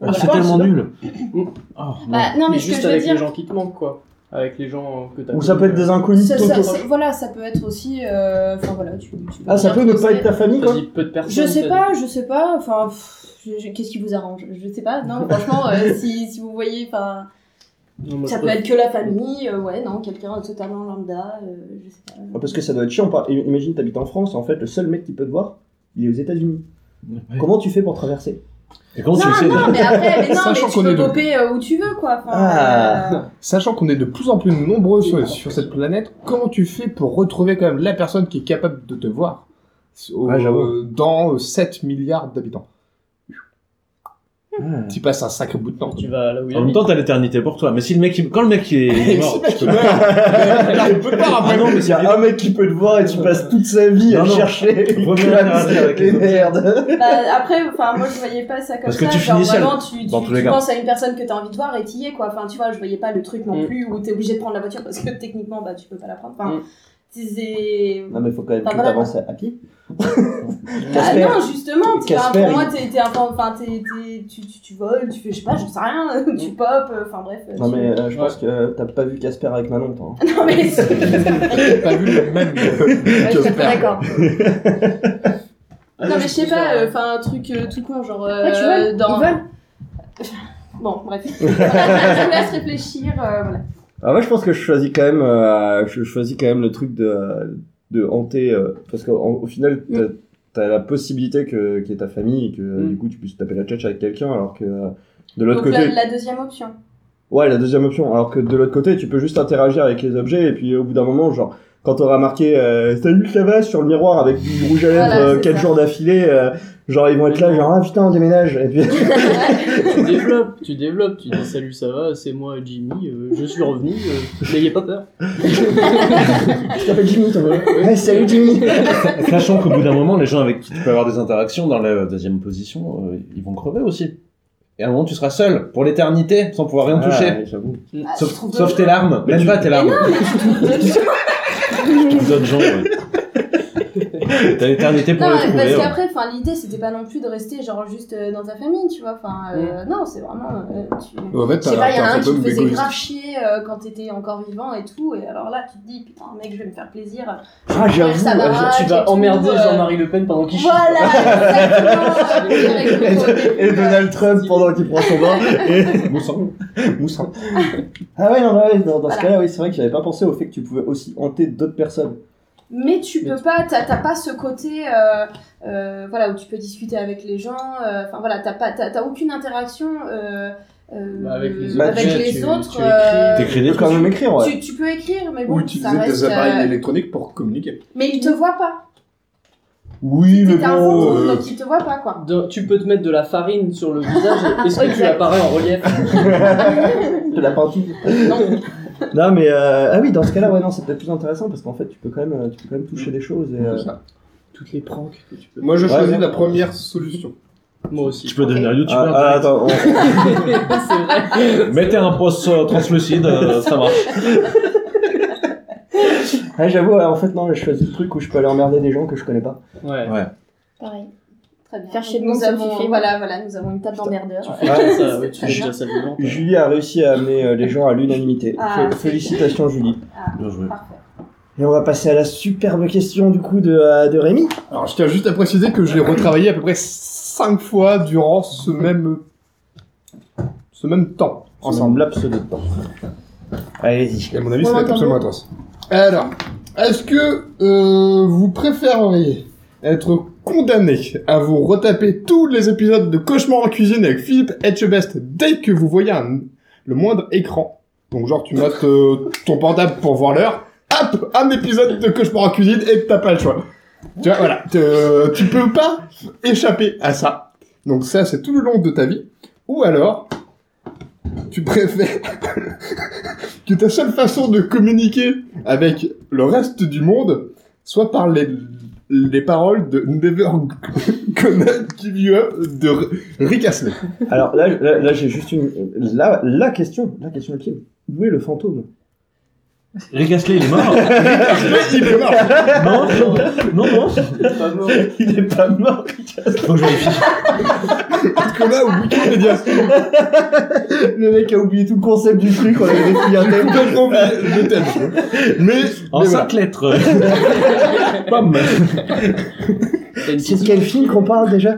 S8: Voilà.
S4: c'est tellement nul.
S6: Mm.
S4: Ah, non.
S8: Bah, non, mais,
S6: Mais
S8: ce que
S6: juste
S8: je veux
S6: avec les
S8: dire.
S6: gens qui te manquent quoi. Avec les gens que t'as. euh,
S2: Ou ça peut être des inconnus.
S8: ça-
S2: tout-
S8: ça-
S2: tout-
S8: ça- voilà, ça peut être aussi. euh, Enfin, voilà, tu, tu
S2: euh, Ah, ça
S8: bien
S2: peut ne
S8: croiser.
S2: pas être ta famille,
S6: T'as
S2: quoi.
S6: dit peu de personnes.
S8: Je sais
S6: t'as
S8: pas, je sais pas. Enfin, pff, je- je- qu'est-ce qui vous arrange Je sais pas. Non, franchement, euh, si, si vous voyez, enfin.
S6: dit- Non, moi,
S8: Ça
S6: je
S8: peut être que la famille, euh, ouais, non, quelqu'un totalement lambda, euh, je sais pas.
S2: Ah, Parce que ça doit être chiant. par- Imagine, t'habites en France, en fait, le seul mec qui peut te voir, il est aux États-Unis.
S4: Ouais.
S2: Comment tu fais pour traverser
S4: Et comment tu le sais
S8: non, non,
S4: déjà
S8: mais après, mais non,
S3: Sachant
S8: mais tu
S3: qu'on est
S8: peux
S3: deux.
S8: popper euh, où tu veux, quoi. Enfin,
S2: Ah.
S8: euh,
S3: Sachant qu'on est de plus en plus nombreux sur, sur cette planète, comment tu fais pour retrouver quand même la personne qui est capable de te voir au-
S2: Ouais, j'avoue.
S3: euh, dans euh, 7 milliards d'habitants
S2: Ah.
S3: Tu passes un sacré bout de temps.
S6: Tu vas là où il
S4: En même
S6: habite.
S4: temps, t'as l'éternité pour toi. Mais si le mec, il- quand le mec il est, il est mort, tu peux
S3: Il peut pas
S2: Ah
S3: après.
S2: non, mais Euh, il y a un mec qui peut te voir et tu passes toute sa vie à
S4: Non,
S2: le
S4: non.
S2: chercher. Il
S4: Vaut mieux
S2: clame,
S4: interagir avec les
S2: et
S4: autres.
S2: merde.
S8: bah, après, enfin, moi, je voyais pas ça comme
S4: Parce
S8: ça.
S4: que tu
S8: genre,
S4: finis seul,
S8: vraiment, tu, tu,
S4: dans tous les
S8: tu
S4: cas.
S8: penses à une personne que t'as envie de voir et t'y es, quoi. Enfin, tu vois, je voyais pas le truc non
S6: Mm.
S8: plus où t'es obligé de prendre la voiture parce que techniquement, bah, tu peux pas la prendre. Enfin,
S6: Mm.
S8: c'est.
S2: Non, mais faut quand même
S8: Ah,
S2: que
S8: voilà.
S2: t'avances à Ah, à pied.
S8: Bah
S2: Casper.
S8: non, justement, tu- enfin,
S2: Casper,
S8: pour
S2: il-
S8: moi, t'es, t'es un peu- enfin, t'es, t'es- tu, tu, tu voles, tu fais, je sais pas, j'en sais rien, tu popes, euh, enfin, bref.
S2: Mm. Non,
S8: tu-
S2: mais euh, je pense que euh, t'as pas vu Casper avec Manon, toi. hein.
S8: Non, mais c'est-
S3: J'ai pas vu le même.
S5: Ouais, je suis
S3: Casper.
S5: d'accord.
S8: Non, mais je sais pas, euh, enfin, un truc euh, tout con, genre. euh,
S5: Ouais, tu voles
S8: dans...
S5: Ils volent
S8: Bon, bref. je vous laisse réfléchir. euh, voilà.
S2: Ah, moi, je pense que je choisis quand même, euh, je je choisis quand même le truc de, de hanter, euh, parce qu'au final, t'as, t'as la possibilité que, qu'il y ait ta famille et que,
S6: Mm.
S2: du coup, tu puisses taper la tchatche avec quelqu'un, alors que, euh, de l'autre
S8: Donc,
S2: côté,
S8: la, la deuxième option.
S2: Ouais, la deuxième option. Alors que de l'autre côté, tu peux juste interagir avec les objets et puis au bout d'un moment, genre, quand t'auras marqué euh, Salut, ça va sur le miroir avec du rouge à lèvres
S8: Voilà,
S2: euh,
S8: c'est
S2: quatre
S8: ça.
S2: jours d'affilée, euh, Genre, ils vont être là, genre, ah putain, on déménage. Et puis,
S6: tu développes, tu développes, tu dis salut, ça va, c'est moi Jimmy, euh, je suis revenu, euh, n'ayez pas peur.
S2: je t'appelle Jimmy, toi. Ouais, salut Jimmy.
S4: Sachant qu'au bout d'un moment, les gens avec qui tu peux avoir des interactions dans la deuxième position, euh, ils vont crever aussi. Et à un moment, tu seras seul pour l'éternité, sans pouvoir rien toucher.
S2: Ah, j'avoue.
S4: Sauf, sauf tes larmes, même pas tes larmes. D'autres gens. ouais. T'as l'éternité pour
S8: Non,
S4: les
S8: mais
S4: trouver.
S8: parce
S4: ouais.
S8: qu'après, enfin, l'idée, c'était pas non plus de rester genre juste euh, dans ta famille, tu vois. Enfin, euh, non, c'est vraiment. euh, tu...
S3: En fait,
S8: Je sais
S3: t'as
S8: pas, il y en a
S3: t'as
S8: un qui te
S3: symptôme
S8: faisait
S3: d'égoïsme.
S8: grave chier euh, quand t'étais encore vivant et tout, et alors là, tu te dis, putain, mec, je vais me faire plaisir.
S2: Ah, j'avoue.
S8: Ça va,
S2: ouais,
S6: euh, tu vas emmerder
S2: euh,
S6: Jean-Marie Le Pen pendant qu'il chie.
S8: euh, Voilà, exactement
S2: Et, et Donald Trump pendant qu'il prend son bain. Et...
S3: Moussan. Moussan.
S2: Ah ouais, non, bah ouais, dans, dans ce cas-là, oui, c'est vrai que j'avais pas pensé au fait que tu pouvais aussi hanter d'autres personnes.
S8: Mais tu peux pas, t'as t'as pas ce côté, euh, euh, voilà, où tu peux discuter avec les gens. euh, Enfin voilà, t'as pas, t'as t'as aucune interaction euh, euh,
S6: Bah, avec les
S8: avec
S6: autres,
S8: les
S6: tu- tu
S8: autres,
S6: écris.
S8: euh,
S4: T'écris
S2: Tu
S4: des
S2: peux quand même écrire, ouais.
S8: tu, tu peux écrire, mais
S3: Ou
S8: bon, ça
S3: utiliser
S8: reste.
S3: des appareils
S8: euh,
S3: électroniques pour communiquer.
S8: mais ils te voient pas.
S3: Oui, euh,
S8: T'es un fantôme, donc ils te voient pas quoi.
S6: De- tu peux te mettre de la farine sur le visage, est-ce que tu
S8: Exact.
S6: apparais en relief
S2: De la partie.
S6: Non.
S2: Non, mais euh, ah oui, dans ce cas-là, ouais, non, c'est peut-être plus intéressant parce qu'en fait, tu peux quand même, euh, tu peux quand même toucher des choses. Et, euh,
S6: Toutes les pranks que tu peux.
S3: Moi, je
S2: Ouais,
S3: choisis
S2: ouais.
S3: la première solution.
S6: Moi aussi.
S4: Tu peux devenir youtubeur.
S2: ah, ah, attends, on-
S6: C'est vrai.
S4: Mettez un post euh, translucide, euh, ça marche.
S2: ah, j'avoue, ouais, en fait, non, je choisis le truc où je peux aller emmerder des gens que je connais pas.
S6: Ouais.
S8: Pareil. Très bien.
S5: Faire chez le
S8: nous,
S5: monde, ça
S8: avons,
S5: suffit.
S8: voilà, voilà, nous avons une table d'emmerdeur.
S2: Ah,
S6: Tu fais ça, ouais, tu fais déjà ça vivant. ouais.
S2: Julie a réussi à amener euh, les gens à l'unanimité.
S8: Ah,
S2: Fé-
S8: c'est
S2: Félicitations, Julie.
S4: Bien joué.
S8: Parfait.
S2: Et on va passer à la superbe question du coup de, euh, de Rémi.
S3: Alors, je tiens juste à préciser que je l'ai retravaillé à peu près 5 fois durant ce même. ce même temps.
S2: Ensemble, laps de temps. Allez-y.
S3: Et à mon avis,
S8: Bon,
S3: c'est
S8: attendez.
S3: absolument atroce. Alors, est-ce que euh, vous préféreriez être condamné à vous retaper tous les épisodes de Cauchemar en cuisine avec Philippe Etchebest dès que vous voyez un- le moindre écran Donc genre, tu notes euh, ton portable pour voir l'heure, hop, un épisode de Cauchemar en cuisine et t'as pas le choix. Tu vois, voilà, te- tu peux pas échapper à ça. Donc ça, c'est tout le long de ta vie. Ou alors, tu préfères que ta seule façon de communiquer avec le reste du monde soit par les, les paroles de Never Gonna Give You Up de R- Rick Astley.
S2: Alors là, là, là, j'ai juste une. La, la question, la question ultime. Où est le fantôme
S4: Rick Astley, il est mort
S3: Il est mort.
S4: Non, non, non.
S6: Pas mort.
S2: Il est pas mort.
S4: Faut que je vérifie.
S3: Parce que là, au Wikipédia, c'est
S2: Le mec a oublié tout le concept du truc. On avait défini un thème.
S3: complètement oublié le thème. Mais,
S4: En
S3: mais voilà. Ah,
S4: cinq lettres. Pas mal.
S6: T'as une
S2: C'est de
S6: petite-
S2: quel film qu'on parle déjà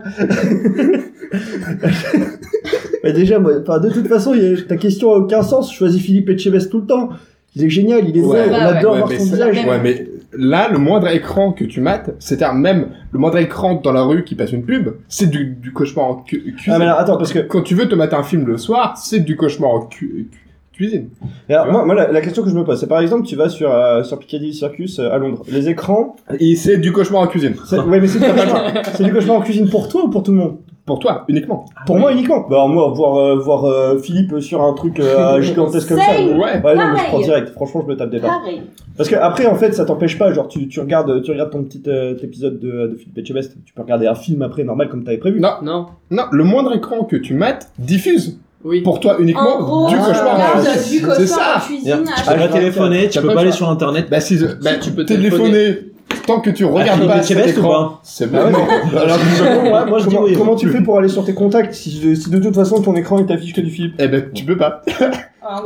S2: Mais Bah, déjà, moi, enfin, de toute façon, il y a- ta question a aucun sens. Je choisis Philippe Etchebest tout le temps. Il est génial, il est
S3: Ouais,
S2: vrai,
S8: ouais,
S2: on adore
S3: ouais,
S2: voir
S3: mais
S2: son
S3: c'est-
S2: visage.
S3: Ouais, mais là, le moindre écran que tu mates, c'est-à-dire même le moindre écran dans la rue qui passe une pub, c'est du, du cauchemar en cu- cuisine.
S2: Ah, mais alors, attends, parce que-
S3: Quand tu veux te mater un film le soir, c'est du cauchemar en cu- cu- cuisine.
S2: Et alors, moi, moi, la, la question que je me pose, c'est par exemple, tu vas sur, euh, sur Piccadilly Circus euh, à Londres. Les écrans,
S3: Et c'est du cauchemar en cuisine.
S2: c'est- ouais, mais c'est du cauchemar. C'est du cauchemar en cuisine pour toi ou pour tout le monde
S3: Pour toi, uniquement.
S2: Pour moi uniquement. Bah, alors, moi, voir, euh, voir euh, Philippe sur un truc euh, gigantesque comme ça.
S8: Same.
S2: euh,
S3: Ouais.
S2: Ouais, non, mais je prends
S8: Pareil.
S2: direct. Franchement, je me tape des barres.
S8: Pareil.
S2: Parce que après, en fait, ça t'empêche pas. Genre, tu, tu regardes, tu regardes ton petit euh, épisode de, de Philippe Etchebest. Tu peux regarder un film après, normal, comme t'avais prévu.
S3: Non.
S6: Non.
S3: Non, le moindre écran que tu mates diffuse
S6: Oui.
S3: pour toi uniquement
S8: En gros,
S3: du
S8: tu
S3: cauchemar en
S8: regardes
S3: cuisine.
S8: du
S3: C'est
S8: cauchemar en
S3: ça.
S8: cuisine.
S4: Tu
S8: à
S4: peux pas
S2: je-
S4: téléphoner, tu
S3: T'as
S4: peux
S3: pas
S4: pas
S3: le
S4: aller
S3: choix.
S4: sur internet.
S3: Bah, si, bah,
S6: tu peux
S3: téléphoner. Tant que tu regardes
S4: Philippe
S3: pas cet
S4: Etchebest ou
S3: écran,
S4: pas
S3: c'est
S2: Ah ouais,
S3: pas mort.
S2: mais- alors, je- moi, moi, je dis
S4: Comment-
S2: oui.
S4: comment
S2: tu fais pour aller sur tes contacts si, si de toute façon ton écran il t'affiche que du Philippe
S3: Eh ben, tu peux pas.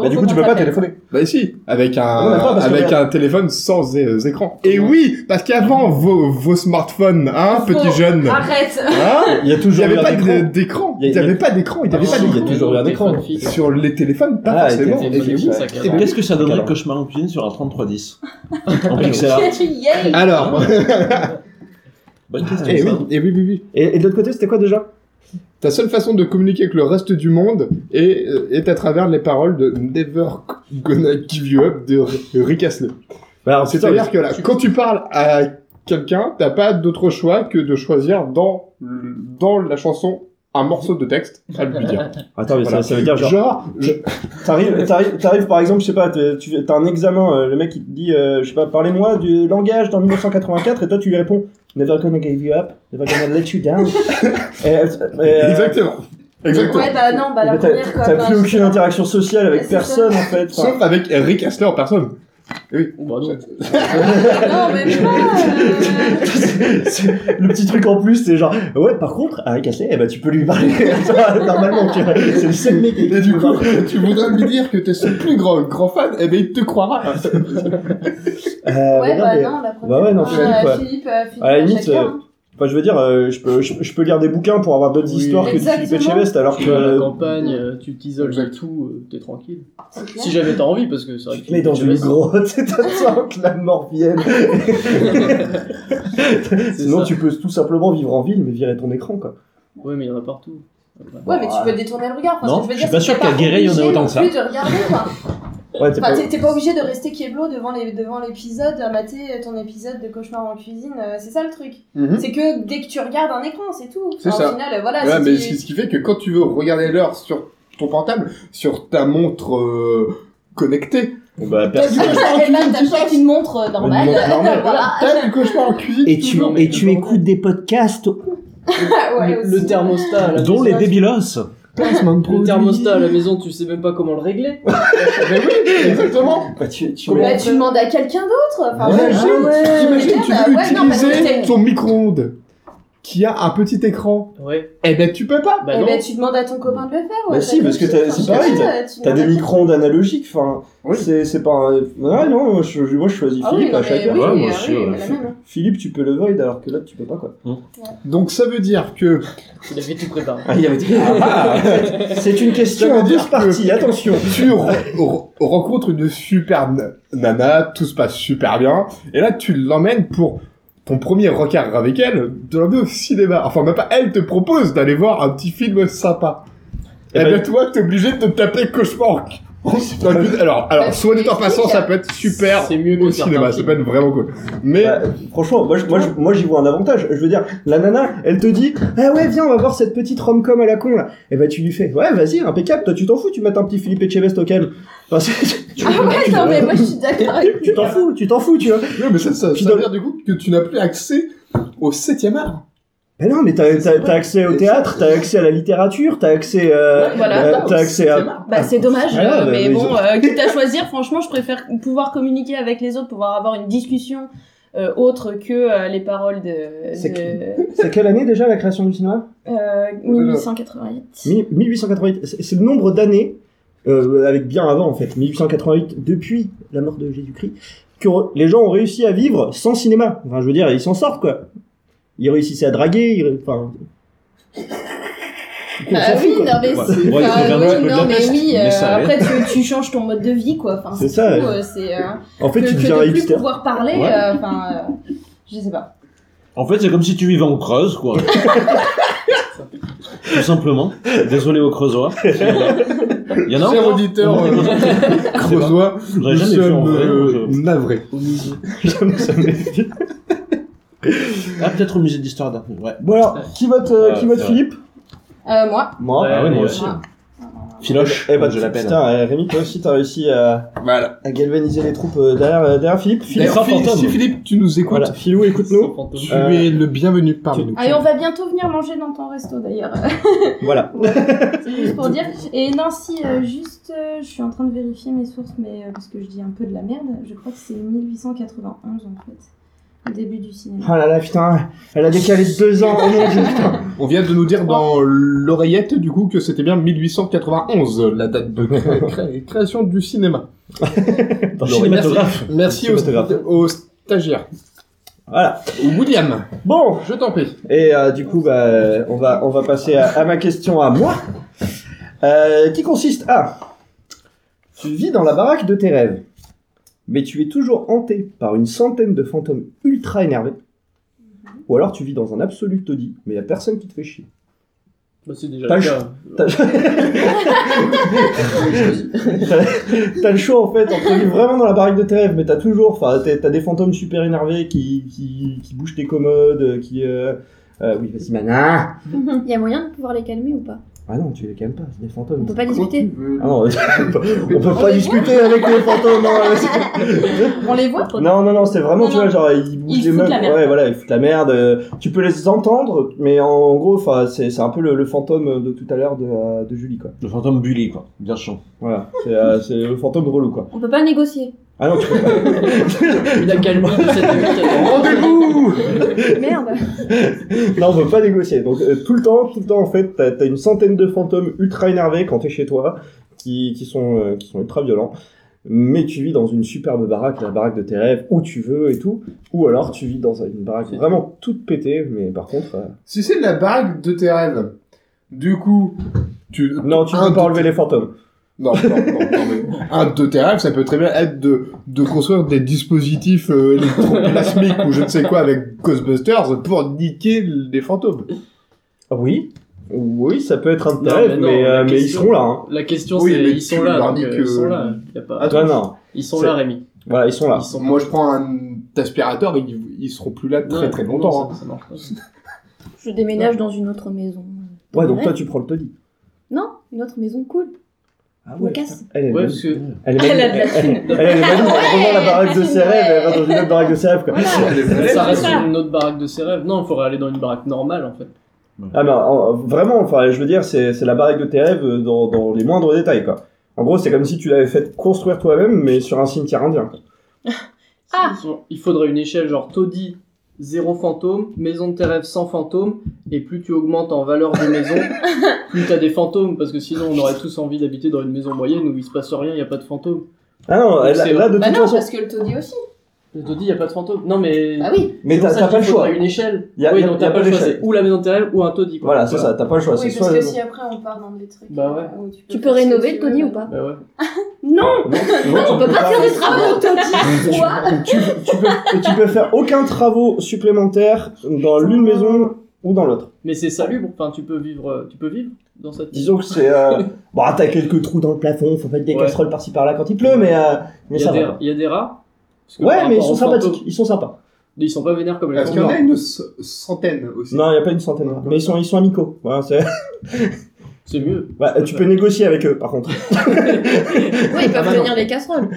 S2: Bah du coup tu peux pas téléphoner.
S3: Bah si, avec un,
S2: Non, mais pas parce que-
S3: avec un téléphone sans é- écran. Et oui, parce qu'avant vos, vos smartphones, hein,
S8: Faux.
S3: petits jeunes,
S8: Arrête
S3: hein,
S2: Il y a
S3: il n'y
S2: toujours
S3: avait
S2: eu un
S3: pas
S2: écran.
S3: de- d'écran,
S2: Il y a-
S3: il n'y avait pas d'écran, il n'y avait
S2: Ah,
S3: pas
S2: si, il y a
S3: d'écran.
S2: toujours eu un écran.
S3: Sur les téléphones, pas
S2: Ah,
S3: forcément.
S2: il y a
S3: Et oui.
S2: Et
S4: Et Qu'est-ce que ça donnerait cauchemar en cuisine sur un 3310 En
S5: Ah.
S4: pixel
S3: Eh
S4: art
S8: Yay
S2: Ah,
S3: Alors,
S4: Bonne hein.
S3: et Eh oui,
S4: question.
S3: et oui, oui, oui.
S2: Et, et de l'autre côté c'était quoi déjà
S3: Ta seule façon de communiquer avec le reste du monde est, euh, est à travers les paroles de Never Gonna Give You Up de Rick Astley.
S2: Bah alors c'est ça.
S3: C'est-à-dire que là, quand tu parles à quelqu'un, t'as pas d'autre choix que de choisir dans, le- dans la chanson un morceau de texte à lui dire.
S2: Attends, mais
S3: Voilà.
S2: ça, ça veut dire genre.
S3: Genre, je-
S2: T'arrives, t'arrives, t'arrives, par exemple, je sais pas, t'es- tu as un examen, euh, le mec il te dit, euh, je sais pas, parlez-moi du langage dans 1984, et toi tu lui réponds, Never gonna give you up, never gonna let you down. et, euh, et, euh,
S3: exactement. Exactement.
S8: Ouais, bah non, bah la
S2: mais t'as-
S8: première quoi.
S2: T'as
S8: bah,
S2: plus
S8: je-
S2: aucune interaction sociale avec
S8: C'est ça.
S2: personne en fait. Enfin,
S3: Sauf avec Rick Astley en personne.
S6: Bah non.
S8: Non, même pas. euh,
S2: c'est- le petit truc en plus, c'est genre, ouais, par contre, à Ricassé, eh ben, tu peux lui parler normalement, tu vois. C'est le seul mec
S3: Et
S2: qui
S3: du coup, tu voudrais lui dire que t'es son plus grand, grand fan, et ben il te croira.
S2: Euh,
S8: Ouais,
S2: mais non,
S8: bah
S2: mais-
S8: non, la première.
S2: Bah ouais, non,
S8: fois,
S2: Philippe,
S8: euh,
S2: ouais.
S8: Philippe, euh, Philippe,
S2: À la limite,
S8: chacun.
S2: euh, Enfin, je veux dire, euh, je, peux, je, je peux lire des bouquins pour avoir d'autres
S6: Oui.
S2: histoires que
S8: Exactement.
S2: Philippe Etchebest, alors
S6: Tu vas à la
S2: que.
S6: campagne, euh, tu t'isoles de
S3: Exact.
S6: tout, euh, t'es tranquille.
S8: C'est clair.
S6: Si jamais t'as envie, parce que c'est vrai
S2: Tu
S6: que
S2: te mets dans
S6: tu
S2: une
S6: restes-
S2: grotte et t'attends que la mort vienne. Sinon,
S6: ça.
S2: tu peux tout simplement vivre en ville, mais virer ton écran, quoi.
S6: Ouais, mais il y en a partout. Après.
S8: Ouais, mais tu peux détourner le regard. parce
S4: Non,
S8: que veux
S4: je
S8: dire,
S4: suis pas
S8: c'est
S4: sûr
S8: que
S4: qu'à
S8: t'es
S4: Guéret, il y en ait
S8: obligé
S4: autant
S8: non
S4: que ça.
S8: plus de regarder, quoi.
S2: Ouais, t'es
S8: Enfin,
S2: pas-
S8: t'es- t'es pas obligé de rester Keblo devant, les, devant l'épisode, euh, mater ton épisode de Cauchemar en cuisine, euh, c'est ça le truc.
S2: Mhm.
S8: C'est que dès que tu regardes un écran, c'est tout.
S3: Hmm. C'est
S8: Enfin,
S3: ça.
S8: Au final, euh, voilà,
S3: Ouais,
S8: si
S3: mais
S8: tu-
S3: c'est ce qui fait que quand tu veux regarder l'heure sur ton portable, sur ta montre euh, connectée,
S2: Bah,
S3: t'as
S2: personne.
S3: du cauchemar en
S8: Eh ben,
S3: cuisine, tu
S8: t'achètes une montre euh, normale.
S2: Une montre normale,
S8: Voilà.
S3: T'as du cauchemar en cuisine.
S10: Et tu,
S6: Non, mais
S10: et tu
S6: non.
S10: écoutes des podcasts
S8: Ouais,
S6: le,
S8: aussi.
S6: le thermostat à la
S4: Dont
S6: maison,
S4: les
S6: tu-
S4: débilos.
S6: Le thermostat à la maison, tu sais même pas comment le régler.
S3: Mais oui, exactement.
S2: Bah, tu, tu
S8: Bah,
S2: mets-
S8: tu demandes à quelqu'un d'autre. Enfin,
S3: Imagine,
S8: voilà. Ah Ouais,
S3: imagine,
S8: ouais,
S3: tu
S8: bah,
S3: veux
S8: ouais, non, parce que
S3: utiliser
S8: t'es-
S3: ton micro-ondes qui a un petit écran.
S6: Ouais.
S3: Eh ben tu peux pas.
S6: Bah
S8: Eh
S6: non.
S8: ben, tu demandes à ton copain de le faire.
S2: Bah
S8: ouais,
S2: si,
S8: t'as
S2: parce que
S8: compris,
S2: t'as-
S8: enfin,
S2: c'est
S8: tu
S2: pareil,
S8: vois, tu
S2: T'as
S8: demandes
S2: des
S8: à-
S2: micro-ondes analogiques, enfin.
S3: Oui.
S2: C'est, c'est pas un... Ouais, non, je, moi, je choisis
S8: Ah oui,
S2: Philippe
S8: non,
S2: à
S8: mais
S2: chacun.
S8: oui,
S4: Ouais,
S8: oui,
S4: moi
S8: ah
S4: aussi,
S8: oui,
S4: ouais.
S8: bah, la même, hein.
S2: Philippe, tu peux le void, alors que là, tu peux pas, quoi.
S3: Donc ça veut dire que
S6: Il avait tout préparé.
S2: Ah, il y avait... c'est une question
S3: Ça veut
S2: en deux
S3: dire que-
S2: parties, attention
S3: tu re- re- rencontres une super na- nana, tout se passe super bien, et là tu l'emmènes pour ton premier regard avec elle, de l'emmener au cinéma. Enfin, même pas, elle te propose d'aller voir un petit film sympa.
S2: Eh
S3: Et,
S2: ben-
S3: bien toi, t'es obligé de te taper cauchemar. en- dans le- Alors, alors, soit dit en passant, ça peut être super
S6: C'est mieux que
S3: au
S6: certains
S3: cinéma, ça
S6: films.
S3: peut être vraiment cool. Mais
S2: Bah, franchement, moi, je- moi, je- moi, j'y vois un avantage. Je veux dire, la nana, elle te dit, ah ouais, viens, on va voir cette petite rom-com à la con, là. Et bah, tu lui fais, ouais, vas-y, impeccable, toi, tu t'en fous, tu mets un petit Philippe Etchebest au calme. Enfin, c'est- tu,
S8: Ah ouais, non, mais moi je suis d'accord avec
S2: tu t'en fous, tu t'en fous, tu vois.
S3: Oui, mais ça, ça,
S2: Puis
S3: ça
S2: dans-
S3: veut dire du coup que tu n'as plus accès au septième art.
S2: Mais non, mais t'as, t'as- t'as accès au théâtre, t'as accès à la littérature, t'as accès, euh,
S8: Ouais, voilà.
S2: euh, t'as accès à...
S8: Bah c'est dommage,
S2: Ah,
S8: euh,
S2: bah,
S8: mais
S2: mais
S8: bon,
S2: ils ont-
S8: euh, quitte à choisir, franchement, je préfère pouvoir communiquer avec les autres, pouvoir avoir une discussion euh, autre que euh, les paroles de,
S2: C'est
S8: de
S2: C'est quelle année déjà la création du cinéma
S8: euh, 1888.
S2: 1888. C'est- C'est le nombre d'années, euh, avec bien avant en fait, 1888, depuis la mort de Jésus-Christ, que re- les gens ont réussi à vivre sans cinéma. Enfin, je veux dire, ils s'en sortent quoi. Ils réussissaient à draguer, ils... ré- enfin. on
S8: Ah
S2: s'en fout,
S8: oui,
S2: quoi.
S8: non mais
S4: Ouais.
S8: c'est
S4: Ouais, il faut
S8: enfin,
S4: faire un
S8: oui,
S4: petit peu de
S8: non
S4: la
S8: mais
S4: peste,
S8: oui,
S4: mais
S8: euh,
S4: ça allait.
S8: après tu, tu changes ton mode de vie quoi, enfin
S2: C'est
S8: c'est
S2: ça,
S8: tout,
S2: ouais.
S8: euh, c'est euh,
S2: En fait,
S8: que,
S2: tu
S8: que
S2: deviens
S8: de plus
S2: hipster.
S8: pouvoir parler,
S4: Ouais.
S8: euh, enfin euh, je sais pas.
S4: En fait, c'est comme si tu vivais en Creuse, quoi. Tout simplement. Désolé aux Creusois. Il y en a
S3: Cher
S4: encore
S3: auditeur, euh, creusois,
S4: J'aurais
S3: nous
S4: jamais vu en
S3: sommes
S4: vrai. moi,
S3: euh,
S4: je-
S3: navrés.
S6: Au musée.
S2: Jamais, jamais vu.
S4: Ah, peut-être au musée d'histoire d'art. Ouais.
S2: Bon alors, qui vote, euh,
S4: Ouais,
S2: qui vote
S4: c'est
S2: Philippe
S8: Euh, moi,
S2: Moi.
S6: Ouais,
S4: Ah ouais, moi
S6: ouais.
S4: aussi. Filoche,
S3: ben,
S2: Eh bah,
S4: comme je l'appelle.
S2: Putain, euh, Rémi, toi aussi, t'as réussi à,
S3: Voilà.
S2: à galvaniser les troupes euh, derrière, euh, derrière Philippe. Philippe,
S4: D'ailleurs, sans
S3: Philippe,
S4: fantôme.
S3: si Philippe, tu nous écoutes,
S2: voilà, Philou, écoute-nous.
S6: Sans fantôme.
S3: tu
S2: Euh,
S3: es le bienvenu parmi nous.
S8: ah, et on va bientôt venir manger dans ton resto d'ailleurs.
S2: Voilà.
S8: C'est juste pour dire. Et Nancy,
S2: Ah.
S8: euh, juste, euh, je suis en train de vérifier mes sources, mais euh, parce que je dis un peu de la merde, je crois que c'est 1891 en fait, le début du cinéma.
S2: Oh là là, putain, elle a décalé de deux ans. Oh mon dieu, putain.
S3: On vient de nous dire dans l'oreillette, du coup, que c'était bien 1891, la date de cré- cré- création du cinéma.
S2: Dans le
S3: Merci-
S2: cinématographe.
S3: Merci au,
S2: Cinématographe.
S3: au stagiaire.
S2: Voilà.
S3: William,
S2: Bon,
S3: je t'en prie.
S2: et euh, du coup, bah, euh, on va, on va passer à, à ma question à moi, euh, qui consiste à tu vis dans la baraque de tes rêves, mais tu es toujours hanté par une centaine de fantômes ultra énervés, ou alors tu vis dans un absolu taudis, mais il y a personne qui te fait chier.
S6: Bah, c'est déjà
S2: Pas
S6: le
S2: le
S6: cas.
S2: T'as t'as le choix en fait entre vivre vraiment dans la baraque de tes rêves, mais t'as toujours, enfin, t'as t'as des fantômes super énervés qui, qui, qui bougent tes commodes, qui. Euh... euh, oui, vas-y, mana
S5: Il y a moyen de pouvoir les calmer ou pas
S2: Ah non, tu les calmes pas, c'est des fantômes.
S5: On peut pas discuter.
S2: Ah non, on peut pas discuter avec les fantômes, non, c'est-
S7: On les voit
S2: Ah. Non, non, non, c'est vraiment,
S7: Non,
S2: tu
S7: non.
S2: vois, genre, ils bougent
S7: Ils
S2: les
S7: foutent
S2: meubles.
S7: la merde.
S2: Ouais, voilà, ils foutent la merde. euh, Tu peux les entendre, mais en gros, enfin, c'est c'est un peu le, le fantôme de tout à l'heure de, euh, de Julie, quoi.
S4: Le fantôme Bully, quoi. Bien chiant.
S2: Voilà, c'est euh, c'est le fantôme relou, quoi.
S5: On peut pas négocier.
S2: Ah non, tu peux pas.
S6: Il a calmé de cette
S2: Rendez-vous
S5: Merde.
S2: Non, on peut pas négocier. Donc, euh, tout le temps, tout le temps, en fait, t'as t'as une centaine de fantômes ultra énervés quand t'es chez toi, qui, qui, sont, euh, qui sont ultra violents. Mais tu vis dans une superbe baraque, la baraque de tes rêves, où tu veux et tout. Ou alors tu vis dans une baraque vraiment toute pétée, mais par contre. euh,
S3: Si c'est de la baraque de tes rêves, du coup, tu...
S2: Non, tu
S3: un
S2: peux
S3: de-
S2: pas enlever les fantômes.
S3: Non, non, non, non, mais un de tes rêves, ça peut très bien être de, de construire des dispositifs euh, électroplasmiques ou je ne sais quoi avec Ghostbusters pour niquer les fantômes.
S2: Oui. Oui, ça peut être un de tes
S6: Ah Non,
S2: rêves,
S6: mais non,
S2: mais, euh,
S6: la
S2: mais ils
S6: question-
S2: seront là. Hein.
S6: La question,
S3: Oui,
S6: c'est
S3: mais
S6: ils sont
S3: tu
S6: là,
S3: leur
S6: donc,
S3: dis
S6: euh,
S3: que- Ah,
S6: ils sont là. Y a pas...
S2: Toi, non.
S6: Ils sont
S2: c'est-
S6: là, Rémi.
S2: Voilà, ils sont là.
S6: Ils sont
S3: Moi, je prends un aspirateur, ils, ils seront plus là très
S6: Ouais,
S3: très
S6: non,
S3: longtemps. hein.
S6: ça- ça marche pas.
S5: Je déménage dans une autre maison.
S2: Ouais, donc toi, tu prends le Toddy.
S5: Non, une autre maison cool.
S2: Ah
S5: Je me casse.
S2: Elle est
S6: Ouais,
S2: bonne.
S6: parce
S3: Euh,
S6: que
S2: Elle est
S7: Elle a de la
S2: magnifique. Elle, elle est magnifique. Elle rejoint la baraque de ses
S8: Ouais.
S2: rêves, elle va dans une autre baraque de ses rêves, quoi.
S6: ça
S7: c'est
S6: reste
S7: ça.
S6: une autre baraque de ses rêves. Non, il faudrait aller dans une baraque normale, en fait.
S2: Ah, mais en- vraiment, enfin, je veux dire, c'est c'est la baraque de tes rêves euh, dans, dans les moindres détails, quoi. En gros, c'est comme si tu l'avais fait construire toi-même, mais sur un cimetière indien. quoi.
S7: Ah.
S6: Ils sont- Il faudrait une échelle genre taudis, zéro fantôme, maison de tes rêves sans fantôme, et plus tu augmentes en valeur de maison, plus t'as des fantômes, parce que sinon on aurait tous envie d'habiter dans une maison moyenne où il se passe rien, il n'y a pas de fantôme.
S2: Ah non,
S6: Donc,
S2: là,
S6: c'est-
S2: là, de
S8: Bah
S2: toute
S8: non,
S2: façon.
S8: parce que le taudis aussi.
S6: Le taudis, il n'y a pas de fantôme. Non mais.
S8: Bah oui.
S2: Mais
S6: C'est pour
S2: t'as
S6: ça
S2: t'as
S6: qu'il
S2: pas le choix.
S6: faudrait une échelle.
S2: Y a-
S6: oui,
S2: y a-
S6: donc
S2: y a
S6: t'as
S2: pas
S6: pas le choix.
S2: d'échelle.
S6: c'est Ou la maison de tes rêves ou un taudis. quoi.
S2: Voilà, c'est ça, t'as pas le choix.
S8: Oui,
S2: Bah, c'est
S8: parce
S2: soit.
S8: que si après on part dans des trucs. euh,
S6: Bah ouais.
S8: où tu,
S5: Tu
S8: peux
S5: peux
S8: faire ce que
S5: rénover
S8: tu
S5: le
S8: veux,
S5: Tony
S8: mais-
S5: ou pas
S6: Bah ouais.
S2: Non, non, tu
S5: On peut pas faire des travaux
S2: Tu-
S5: au Tony. Quoi
S2: tu, tu peux, tu peux faire aucun travaux supplémentaires dans l'une maison ou dans l'autre.
S6: Mais c'est salubre, enfin tu peux vivre, euh, tu peux vivre dans cette.
S2: Disons que c'est... Euh... Bon, t'as quelques trous dans le plafond, faut mettre des
S6: Ouais.
S2: casseroles par-ci par-là quand il pleut, mais, euh, mais
S6: Il y,
S2: ça
S6: a des-
S2: va.
S6: il y a des rats. parce que
S2: Ouais,
S6: par
S2: mais ils
S6: rapport
S2: sont
S6: aux fantômes,
S2: sympathiques, ils sont sympas.
S6: Ils sont pas vénères comme les
S3: Parce qu'il y en
S6: fantômes.
S3: a une ce- centaine aussi.
S2: Non, il a pas une centaine, hein. mais ils sont, ils sont amicaux. Voilà, c'est-
S6: C'est mieux.
S2: Ouais, Bah, tu peux négocier avec eux, par contre.
S5: Ouais, ils
S6: Ah, bah
S5: peuvent
S6: non.
S5: tenir les casseroles.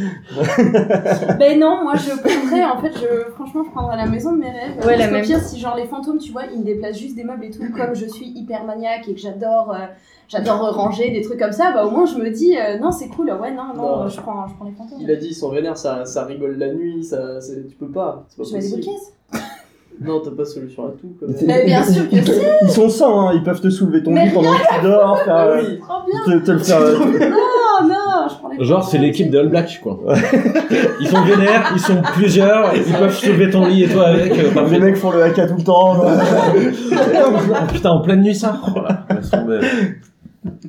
S8: Ben non, moi je prendrais, en fait, je, franchement, je prendrais la maison de mes rêves.
S5: Ouais,
S8: Parce
S5: la
S8: qu'au
S5: même.
S8: pire, si genre les fantômes, tu vois, ils me déplacent juste des meubles et tout, comme je suis hyper maniaque et que j'adore euh, j'adore euh, ranger des trucs comme ça, bah au moins je me dis, euh, non, c'est cool, ouais, non, non,
S6: Non.
S8: euh, Je, prends, je prends les fantômes.
S6: Il a dit ils sont vénères, ça, ça rigole la nuit, ça, c'est- tu peux pas. C'est pas
S8: Je mets des boules
S6: possible.
S8: de caisse.
S6: Non, t'as pas de solution à tout. Quoi.
S8: Mais bien sûr que si,
S2: Ils sont sains, hein, ils peuvent te soulever ton lit pendant que tu dors, faire,
S6: Ah
S2: euh,
S6: oui.
S8: Oh, trop bien.
S2: te, te le faire... euh,
S8: Non, non, je prends les
S4: Genre, c'est
S8: fantômes.
S4: l'équipe de All Black, quoi. Ils sont vénères, ils sont plusieurs, ils peuvent soulever ton lit et toi avec. euh, par
S2: les
S4: le-
S2: mecs font le haka tout le temps.
S4: Ah, putain, en pleine nuit, ça. Voilà.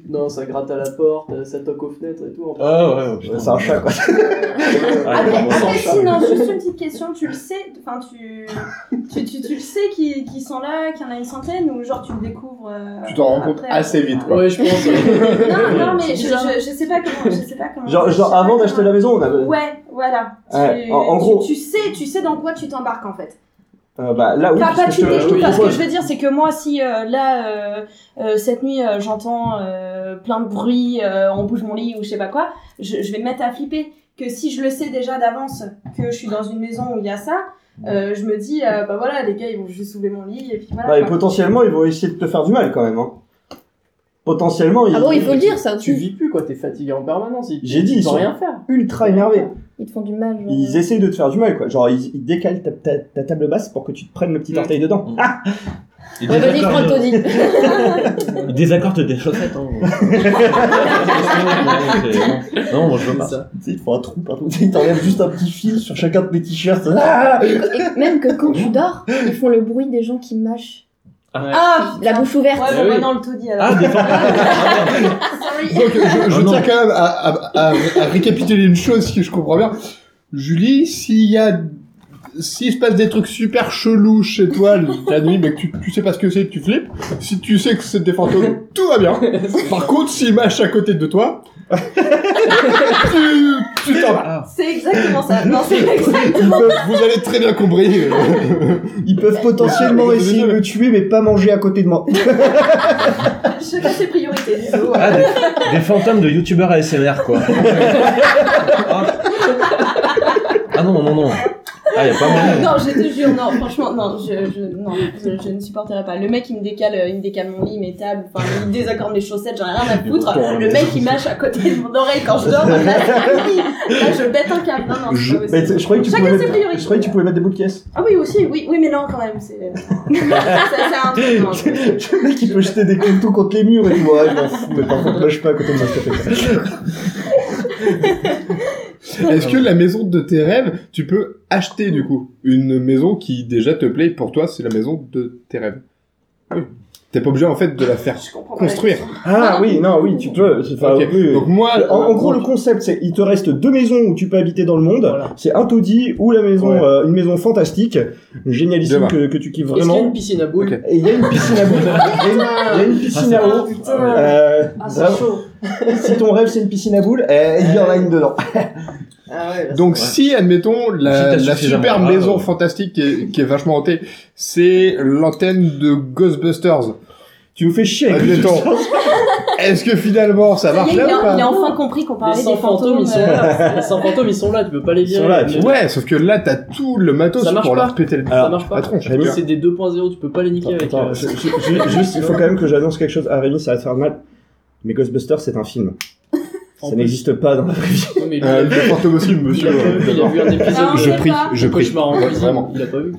S6: Non, ça gratte à la porte, euh, ça toque aux fenêtres et tout. en
S4: Ah ouais, ouais, putain.
S2: Ouais, c'est un chat, quoi.
S4: Ah,
S8: Après,
S4: bon,
S8: après,
S4: ça.
S8: sinon, juste une petite question, tu le sais, enfin tu, tu, tu, tu le sais qu'ils qu'ils sont là, qu'il y en a une centaine, ou genre tu le découvres. euh,
S3: Tu t'en rends compte
S8: après,
S3: assez vite,
S6: fait.
S3: quoi.
S6: Ouais, je pense. ouais.
S8: Non, non, mais
S5: C'est
S8: je,
S5: bizarre.
S8: je, je sais pas comment. Je sais pas comment
S2: Genre,
S8: je sais
S2: genre
S8: pas
S2: avant
S8: comment-
S2: d'acheter la maison, on avait...
S8: hein. Ouais, voilà.
S2: euh, Ouais,
S8: tu,
S2: en- en
S8: tu-
S2: gros.
S8: Tu, sais, tu sais dans quoi tu t'embarques en fait.
S2: Euh, bah, là, oui,
S8: Pas,
S2: parce
S8: pas
S2: que
S8: tu
S2: je te-
S8: t'es-
S2: je te
S8: pas, Ce que
S2: propose.
S8: je veux dire, c'est que moi, si euh, là, euh, euh, cette nuit, euh, j'entends euh, plein de bruit, euh, on bouge mon lit ou je sais pas quoi, je, je vais me mettre à flipper. Que si je le sais déjà d'avance que je suis dans une maison où il y a ça, euh, je me dis, euh, bah voilà, les gars, ils vont juste soulever mon lit et puis voilà.
S2: Ouais, et
S8: quoi.
S2: potentiellement, ils vont essayer de te faire du mal quand même. Hein. Potentiellement, ils...
S5: Ah bon, il faut le dire, ça aussi.
S6: Tu vis plus, quoi, t'es fatigué en permanence. ils-
S2: J'ai dit,
S6: ils
S2: ils
S6: sans
S2: sont
S6: rien faire.
S2: ultra énervés.
S5: Ils te font du mal. genre.
S2: Ils essayent de te faire du mal, quoi. Genre, ils, ils décalent ta, ta- ta table basse pour que tu te prennes le petit
S6: Mm.
S2: orteil dedans.
S4: Mm.
S2: Ah
S4: Ils
S5: Ouais, vas-y, prends le
S4: désaccordent-
S5: Tony.
S4: ils désaccordent des chaussettes. hein. Non, c'est- Non, moi je veux pas.
S6: Ça.
S2: Tu sais, ils font un trou partout. Tu sais, Ils t'enlèvent juste un petit fil sur chacun de mes t-shirts. Ah
S5: Et même que quand tu dors, ils font le bruit des gens qui mâchent.
S8: Ah,
S5: La bouche ouverte.
S8: Ouais,
S6: Eh oui.
S8: bon, maintenant le taudis alors.
S4: Ah, des fantômes.
S3: Donc, je, je
S4: Ah non.
S3: tiens quand même à, à- à- à récapituler une chose, si je comprends bien. Julie, s'il y a s'il se passe des trucs super chelous chez toi la nuit, mais que tu, tu sais pas ce que c'est, tu flippes. Si tu sais que c'est des fantômes, tout va bien. Par contre, s'il mâche à côté de toi, tu, tu t'en
S4: Ah,
S3: vas.
S8: C'est exactement ça. Non, c'est exact.
S3: Ils peuvent- Vous avez très bien compris. euh,
S2: Ils peuvent potentiellement essayer de me tuer, mais pas manger à côté de moi.
S8: Je sais pas ses priorités. disons.
S4: Ah, des, des fantômes de youtubeurs ASMR, quoi. ah. Ah non, non, non. Ah, y a pas moyen.
S8: Non, je te jure, non, franchement, non, je, je, non, je, je ne supporterai pas. Le mec, il me décale, euh, il me décale mon lit, mes tables, enfin, il désaccorde mes chaussettes, j'en ai rien à foutre. Le mec, il mâche à côté de mon oreille quand je dors. Là, là je bête un câble. Non, non,
S2: Je,
S8: c'est pas
S2: mais
S8: possible.
S2: je croyais que tu
S8: Chacun
S2: pouvais
S8: ses
S2: mettre,
S8: priorités.
S2: je croyais que tu pouvais mettre des bouts de caisse.
S8: Ah oui, aussi, oui, oui, mais non, quand même, c'est, euh, c'est, c'est un truc, non, je-
S2: Le mec il peut jeter des couteaux contre les murs et tout. Ouais, je m'en fous, mais par contre, lâche pas à côté de moi, s'il te plaît.
S3: Est-ce que la maison de tes rêves, tu peux acheter du coup une maison qui déjà te plaît pour toi, c'est la maison de tes rêves. Oui. T'es pas obligé en fait de la faire
S8: je comprends pas.
S3: construire.
S2: Ah oui, non, oui, tu peux. c'est- enfin,
S3: Ok.
S2: Bah oui, oui.
S3: Donc moi,
S2: En, en
S3: euh,
S2: gros, le concept, c'est il te reste deux maisons où tu peux habiter dans le monde. C'est un taudis ou la maison,
S3: Ouais.
S2: euh, une maison fantastique, génialissime
S3: Demain.
S2: que, que tu kiffes
S6: Est-ce qu'il y a
S2: vraiment.
S6: une piscine à boules
S3: Euh, Ok.
S2: Et il y a une piscine à eau. Il y a une- il y a une piscine à eau. Euh,
S8: Ah, c'est
S2: vraiment,
S8: chaud.
S2: si ton rêve c'est une piscine à boules, euh, il y en a une dedans.
S6: Ah ouais, bah,
S3: Donc
S4: Ouais.
S3: si, admettons,
S4: Si
S3: la,
S4: t'as
S3: la
S4: suffisamment
S3: super
S4: de bras,
S3: maison
S4: ouais.
S3: fantastique qui est, qui est vachement hantée, c'est l'antenne de Ghostbusters.
S2: Tu nous fais chier avec le
S3: Admettons. Est-ce que finalement ça
S8: Ça y
S3: marche
S8: est, il,
S3: là
S8: a,
S3: ou pas
S8: il a enfin compris qu'on
S6: les
S8: parlait
S6: 100
S8: des
S6: fantômes,
S8: fantômes.
S6: ils sont
S8: euh,
S6: là. Les 100 fantômes, ils sont là, tu peux pas les
S2: sont
S6: virer.
S2: là, tu-
S3: Ouais, sauf que là t'as tout le matos
S6: Ça marche
S3: pour
S6: pas.
S3: leur péter le
S6: Ça marche pas.
S3: la tronche.
S2: Rémi,
S6: C'est des 2.0, tu peux pas les niquer avec.
S2: Attends,
S6: euh,
S2: je- je- je- juste, il faut quand même que j'annonce quelque chose à Rémi, ça va te faire mal. Mais Ghostbusters, c'est un film.
S6: En
S2: Ça
S6: plus.
S2: n'existe pas dans la vraie vie.
S6: Ouais, mais lui,
S3: Euh,
S6: il a-
S3: le fantôme aussi, monsieur.
S6: il a
S3: euh,
S6: pas vu, il a
S3: d'abord.
S6: vu un épisode
S8: Ah, on
S6: de
S3: Je
S8: sait
S3: prie,
S8: pas.
S3: je prie.
S6: Cauchemar en
S3: Ouais,
S6: cuisine,
S3: Vraiment.
S6: il a pas vu.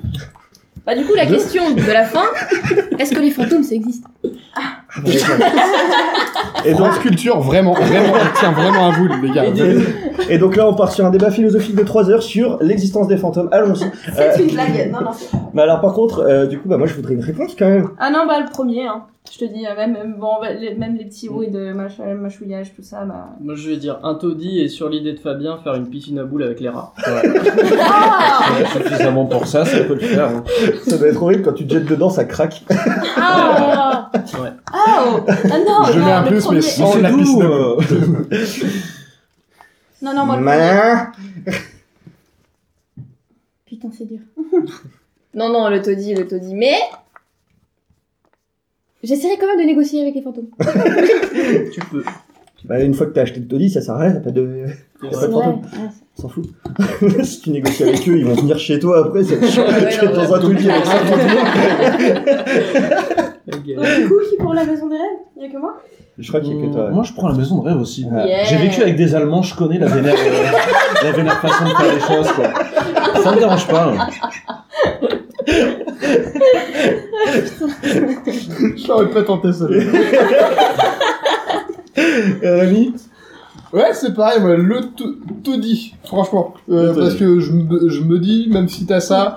S5: Bah, du coup, la
S3: Je-
S5: question de la fin, est-ce que les fantômes, ça existe
S2: Et donc,
S3: France Culture, vraiment, vraiment, elle tient vraiment à vous, les gars.
S2: et donc là, on part sur un débat philosophique de 3 heures sur l'existence des fantômes. Allons-y.
S8: C'est une blague. Non, non, c'est pas vrai.
S2: Mais alors, par contre, euh, du coup, bah, moi, je voudrais une réponse quand même.
S8: Ah non, bah le premier, hein. Je te dis, euh, même, euh, bon, bah, les- même les petits bruits de mach- machouillage, tout ça, bah.
S6: Moi je vais dire un taudis et sur l'idée de Fabien faire une piscine à boules avec les rats.
S8: Ah,
S4: Ouais, Suffisamment pour ça, ça peut le faire. hein.
S2: Ça doit être horrible quand tu te jettes dedans, ça craque.
S8: ah,
S6: Ouais.
S8: ah, oh. ah non,
S3: Je
S8: non,
S3: mets un
S8: le
S3: plus, mais
S8: premier-
S4: Oh,
S3: sans la piste.
S2: euh,
S8: Non, non, moi le premier.
S2: malin.
S5: Putain, c'est dur. non, non, le taudis, le taudis. Mais. J'essaierai quand même de négocier avec les fantômes.
S6: Tu peux.
S2: Bah, une fois que t'as acheté le taudis, ça sert à rien, t'as pas de.
S6: Ouais.
S2: pas de fantômes.
S5: ouais.
S2: On s'en fout. si tu négocies avec eux, ils vont venir chez toi après, ça te chie
S5: Ouais, non,
S2: dans un truc avec 50
S6: La gueule.
S8: Donc, du coup, qui pour la maison des rêves Il y a que moi
S2: Je crois qu'il y a que toi.
S4: Hum, Moi, je prends la maison de rêve aussi.
S2: Ouais.
S5: Yeah.
S4: J'ai vécu avec des Allemands, je connais la vénère, euh, la vénère façon de faire les choses, quoi. Ça me dérange pas. hein.
S3: Je l'aurais pas tenté, ça.
S2: Euh, Rémi
S3: Ouais, c'est pareil, moi, le tout- tout dit, franchement. Euh,
S2: Le tout
S3: parce
S2: dit.
S3: que je, me- je me dis, même si t'as ça,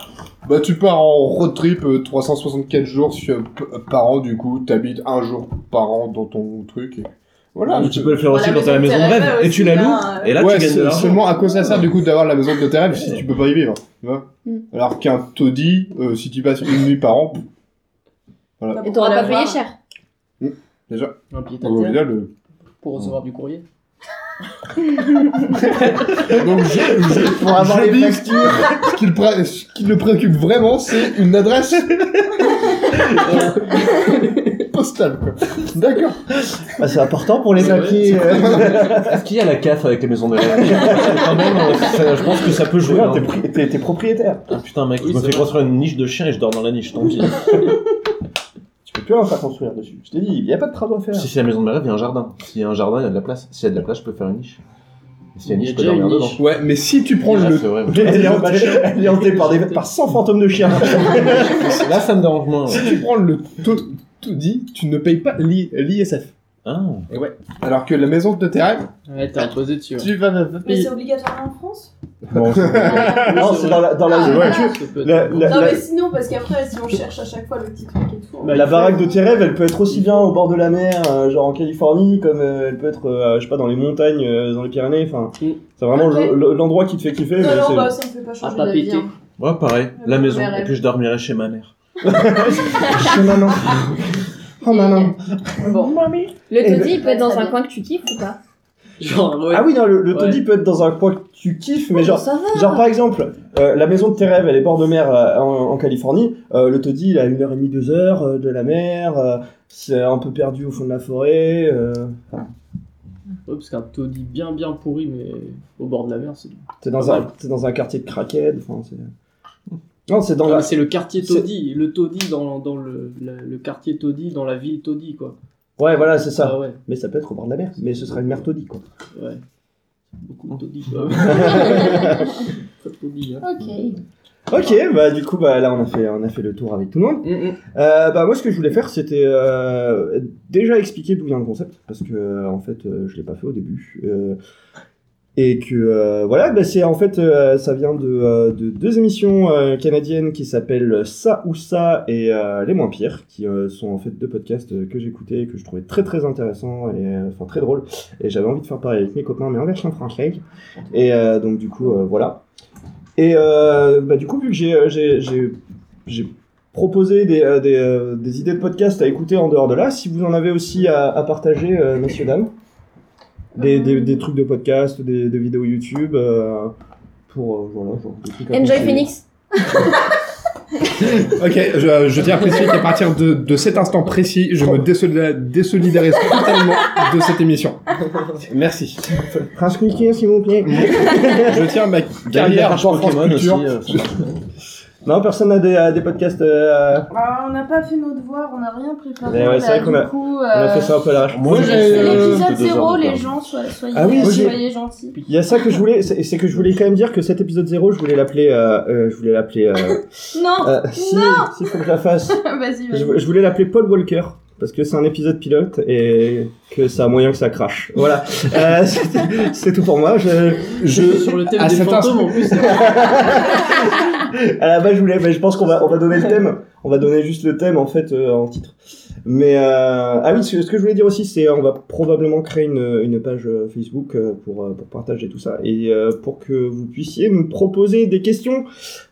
S3: bah tu pars en road trip euh, 364 jours sur- p- par an, du coup, t'habites un jour par an dans ton truc. et Voilà.
S4: tu peux le faire
S8: Bon,
S4: aussi
S8: la
S4: quand t'as la
S8: maison
S4: maison
S8: de
S4: de
S8: tes
S4: rêve
S8: rêves
S4: et tu la
S8: aussi,
S4: loues
S8: hein.
S4: et là
S3: ouais,
S4: tu gagnes
S3: c'est
S4: de l'argent.
S3: seulement à quoi ça sert du coup d'avoir la maison de tes rêves si tu peux pas y vivre, tu vois
S5: Mm.
S3: Alors qu'un taudis, euh, si tu passes une nuit par an,
S8: Bah,
S5: Et
S8: pourquoi
S5: t'auras pas
S8: la
S5: payé
S8: voir
S5: cher.
S6: Un pied à
S3: au
S6: terre
S3: final, euh,
S6: pour recevoir du courrier.
S3: Donc je, je,
S2: Pour avoir
S3: je
S2: les
S3: dis
S2: factures.
S3: ce qui le, pré- ce qui le préoccupe vraiment, c'est une adresse postale. quoi. D'accord.
S2: Ah, c'est important pour les
S6: Ouais,
S2: papiers.
S4: Est-ce qu'il y a la CAF avec les maisons de rêve Parce que quand même, euh, ça- Je pense que ça peut jouer.
S2: Joueur, t'es
S4: hein.
S2: pri- t'es t'es propriétaire.
S4: Ah, putain, mec,
S6: Oui,
S4: je me
S6: c'est
S4: fais
S6: vrai.
S4: construire une niche de chien et je dors dans la niche, tant pis.
S2: Tu peux plus rien faire construire dessus. Je t'ai dit, il n'y a pas de travaux à faire.
S4: si c'est la maison de mes rêves, il y a un jardin. S'il y a un jardin, il y a de la place. S'il y a de la place, je peux faire une niche. Et S'il y a une
S6: Il y
S4: niche,
S6: a
S4: je peux
S6: déjà
S4: dormir
S6: une
S4: dedans.
S6: niche.
S3: Ouais, mais si tu prends
S4: Là,
S3: le...
S4: c'est vrai.
S2: Elle est hantée, elle est hantée par, des, par 100 fantômes de chiens.
S4: Là, ça me dérange moins.
S3: Si tu prends le taux- tout dit, tu ne payes pas l'I- l'ISF.
S4: Ah.
S3: Alors que la maison de tes rêves,
S6: Ouais, t'es imposé dessus. hein. ouais.
S3: tu vas vas- vas
S8: Mais
S3: payer.
S8: c'est obligatoire en France
S4: Bon,
S2: non, c'est dans la, dans la,
S8: Ah,
S2: la-
S8: ouais.
S6: Ça peut être-
S2: la, la-
S8: Non, mais sinon, parce qu'après, si on cherche à chaque fois le petit truc et tout.
S2: la baraque de tes rêves, elle peut être aussi bien au bord de la mer, euh, genre en Californie, comme euh, elle peut être, euh, je sais pas, dans les montagnes, euh, dans les Pyrénées. Enfin,
S6: Mm.
S2: c'est vraiment
S8: Ok.
S2: le- le- l'endroit qui te fait kiffer. mais
S8: Non, non,
S2: c'est-
S8: bah ça me fait pas changer
S6: pas
S8: d'avis.
S6: péter.
S8: hein.
S4: Ouais, pareil,
S7: Le
S4: la
S7: mauvais
S4: maison.
S7: rêve.
S4: Et puis je dormirai chez ma mère.
S3: Chez maman. Oh maman.
S7: Bon.
S5: Le
S2: Eh
S5: taudis, il peut
S7: Ouais,
S5: être dans
S7: très
S5: un
S7: bien.
S5: coin que tu kiffes ou pas
S6: Genre, ouais.
S2: Ah oui, non, le, le
S6: Ouais.
S2: taudis peut être dans un coin que tu kiffes, mais genre,
S5: Ça va
S2: genre par exemple, euh, la maison de tes rêves, elle est bord de mer euh, en, en Californie. Euh, le taudis, il a une heure et demie, deux heures euh, de la mer. euh, c'est un peu perdu au fond de la forêt. euh,
S6: Ouais, parce qu'un taudis bien bien pourri, mais au bord de la mer, c'est.
S2: t'es dans
S6: Pas
S2: un,
S6: mal.
S2: t'es dans un quartier de craquettes. Enfin, c'est- non, c'est dans
S6: Ah,
S2: la.
S6: mais c'est le quartier
S2: c'est-
S6: taudis, le taudis dans, dans le, le, le quartier taudis, dans la ville taudis, quoi.
S2: Ouais, voilà, c'est ça.
S6: Ah ouais,
S2: Mais ça peut être au bord de la mer. Mais ce sera une mer taudis, quoi.
S6: ouais. Beaucoup de taudis, quoi. Pas de taudis, hein.
S5: Ok.
S2: Ok, bah du coup, bah là, on a fait, on a fait le tour avec tout le monde.
S6: Mm, mm.
S2: Euh, bah moi ce que je voulais faire c'était euh, déjà expliquer d'où vient le concept parce que euh, en fait euh, je l'ai pas fait au début euh, et que euh, voilà bah, c'est en fait euh, ça vient de, euh, de deux émissions euh, canadiennes qui s'appellent ça ou ça et euh, les moins pires qui euh, sont en fait deux podcasts euh, que j'écoutais et que je trouvais très très intéressants et euh, enfin très drôles et j'avais envie de faire pareil avec mes copains mais en version française et euh, donc du coup euh, voilà et euh, bah du coup vu que j'ai euh, j'ai- j'ai j'ai proposer des, euh, des, euh, des idées de podcast à écouter en dehors de là. Si vous en avez aussi à, à partager, euh, messieurs, dames, des, des, des trucs de podcast, des, des vidéos YouTube, euh, pour euh, voilà, genre, des trucs à
S5: Enjoy
S2: conseiller.
S5: Phoenix.
S3: Ok, je, je tiens à préciser qu'à partir de, de cet instant précis, je me désolida- désolidarise totalement de cette émission. Merci.
S2: Prince Cookie, s'il vous plaît.
S3: Je tiens ma carrière
S4: Carrière
S3: en
S4: Pokémon aussi.
S3: Culture.
S4: euh,
S2: non, personne n'a des, euh, des podcasts. euh,
S8: Ah, on n'a pas fait nos devoirs, on n'a rien préparé.
S2: Eh ouais, c'est
S8: là,
S2: vrai qu'on
S8: du
S2: a-
S8: coup,
S2: on a
S8: euh,
S2: fait ça un peu à l'arrache.
S4: Moi,
S3: j'ai-
S8: c'est
S3: euh,
S8: l'épisode
S4: de deux heures
S8: 0,
S4: encore.
S8: les gens, soyez, soyez,
S2: Ah oui,
S8: soyez
S2: j'ai-
S8: gentils.
S2: Il y a ça que je voulais, c'est c'est que je voulais quand même dire que cet épisode 0, je voulais l'appeler, euh, euh, je voulais l'appeler. euh,
S8: Non,
S2: euh, si, si, faut que je la fasse.
S8: vas-y, vas-y.
S2: Je, je voulais l'appeler Paul Walker parce que c'est un épisode pilote et que ça a moyen que ça crache. Voilà, Euh, c'est- c'est tout pour moi. Je,
S6: C'est sur le thème
S3: à
S6: des
S3: cet
S6: fantômes, en plus.
S2: à la base, je voulais, mais je pense qu'on va, on va donner le thème. On va donner juste le thème en fait euh, en titre. Mais euh, ah oui, ce, que- ce que je voulais dire aussi, c'est euh, on va probablement créer une, une page euh, Facebook euh, pour, euh, pour partager tout ça et euh, pour que vous puissiez nous proposer des questions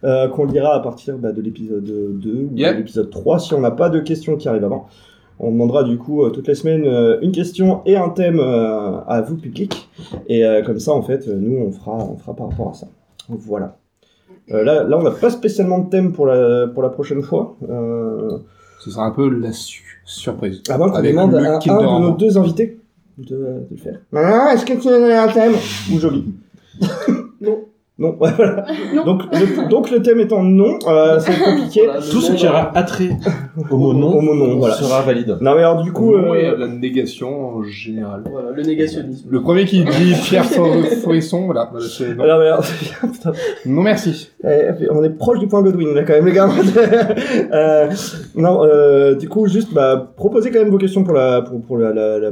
S2: euh, qu'on lira à partir bah, de l'épisode 2 ou
S3: Yeah.
S2: de l'épisode 3 si on n'a pas de questions qui arrivent avant. On demandera du coup euh, toutes les semaines euh, une question et un thème euh, à vous public et euh, comme ça en fait euh, nous on fera on fera par rapport à ça. Voilà. Euh, là, là, on n'a pas spécialement de thème pour la, pour la prochaine fois. Euh,
S3: Ce sera un peu la su- surprise.
S2: avant qu'on
S3: Avec
S2: demande
S3: Luc
S2: à un
S3: Kinder en
S2: de nos
S3: main.
S2: deux invités de, de le faire. Ah, est-ce que tu as un thème Ou joli
S6: Non.
S2: Non, ouais, voilà.
S8: Non.
S2: Donc, le, donc le thème étant non, euh, c'est compliqué.
S6: Voilà, le
S4: Tout ce
S6: monde,
S4: qui aura attrait au mot non,
S2: Au mot non, voilà.
S4: sera valide.
S2: Non mais alors du coup, euh,
S3: la négation en général.
S6: Voilà, le négationnisme.
S3: Le premier qui dit Pierre Fo- Fourisson, voilà. voilà, c'est- non.
S2: alors, mais alors, putain,
S3: non merci.
S2: Eh, on est proche du point Godwin là quand même les gars. Euh, non, euh, du coup juste bah, proposez quand même vos questions pour la pour, pour la, la- la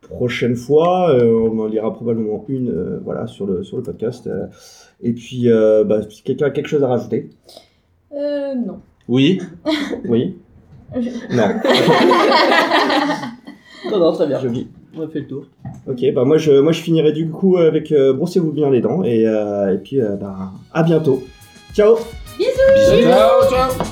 S2: prochaine fois. Euh, on en lira probablement une euh, voilà sur le sur le podcast. Euh, et puis euh, bah, si quelqu'un a quelque chose à rajouter.
S8: Euh, non.
S4: Oui,
S2: Oui. Non.
S6: Non, non, très bien.
S2: Je vis.
S6: On a fait le tour.
S2: Ok bah moi je moi je finirai du coup avec euh, brossez-vous bien les dents et euh, et puis euh, bah, à bientôt. Ciao.
S3: Ciao, ciao.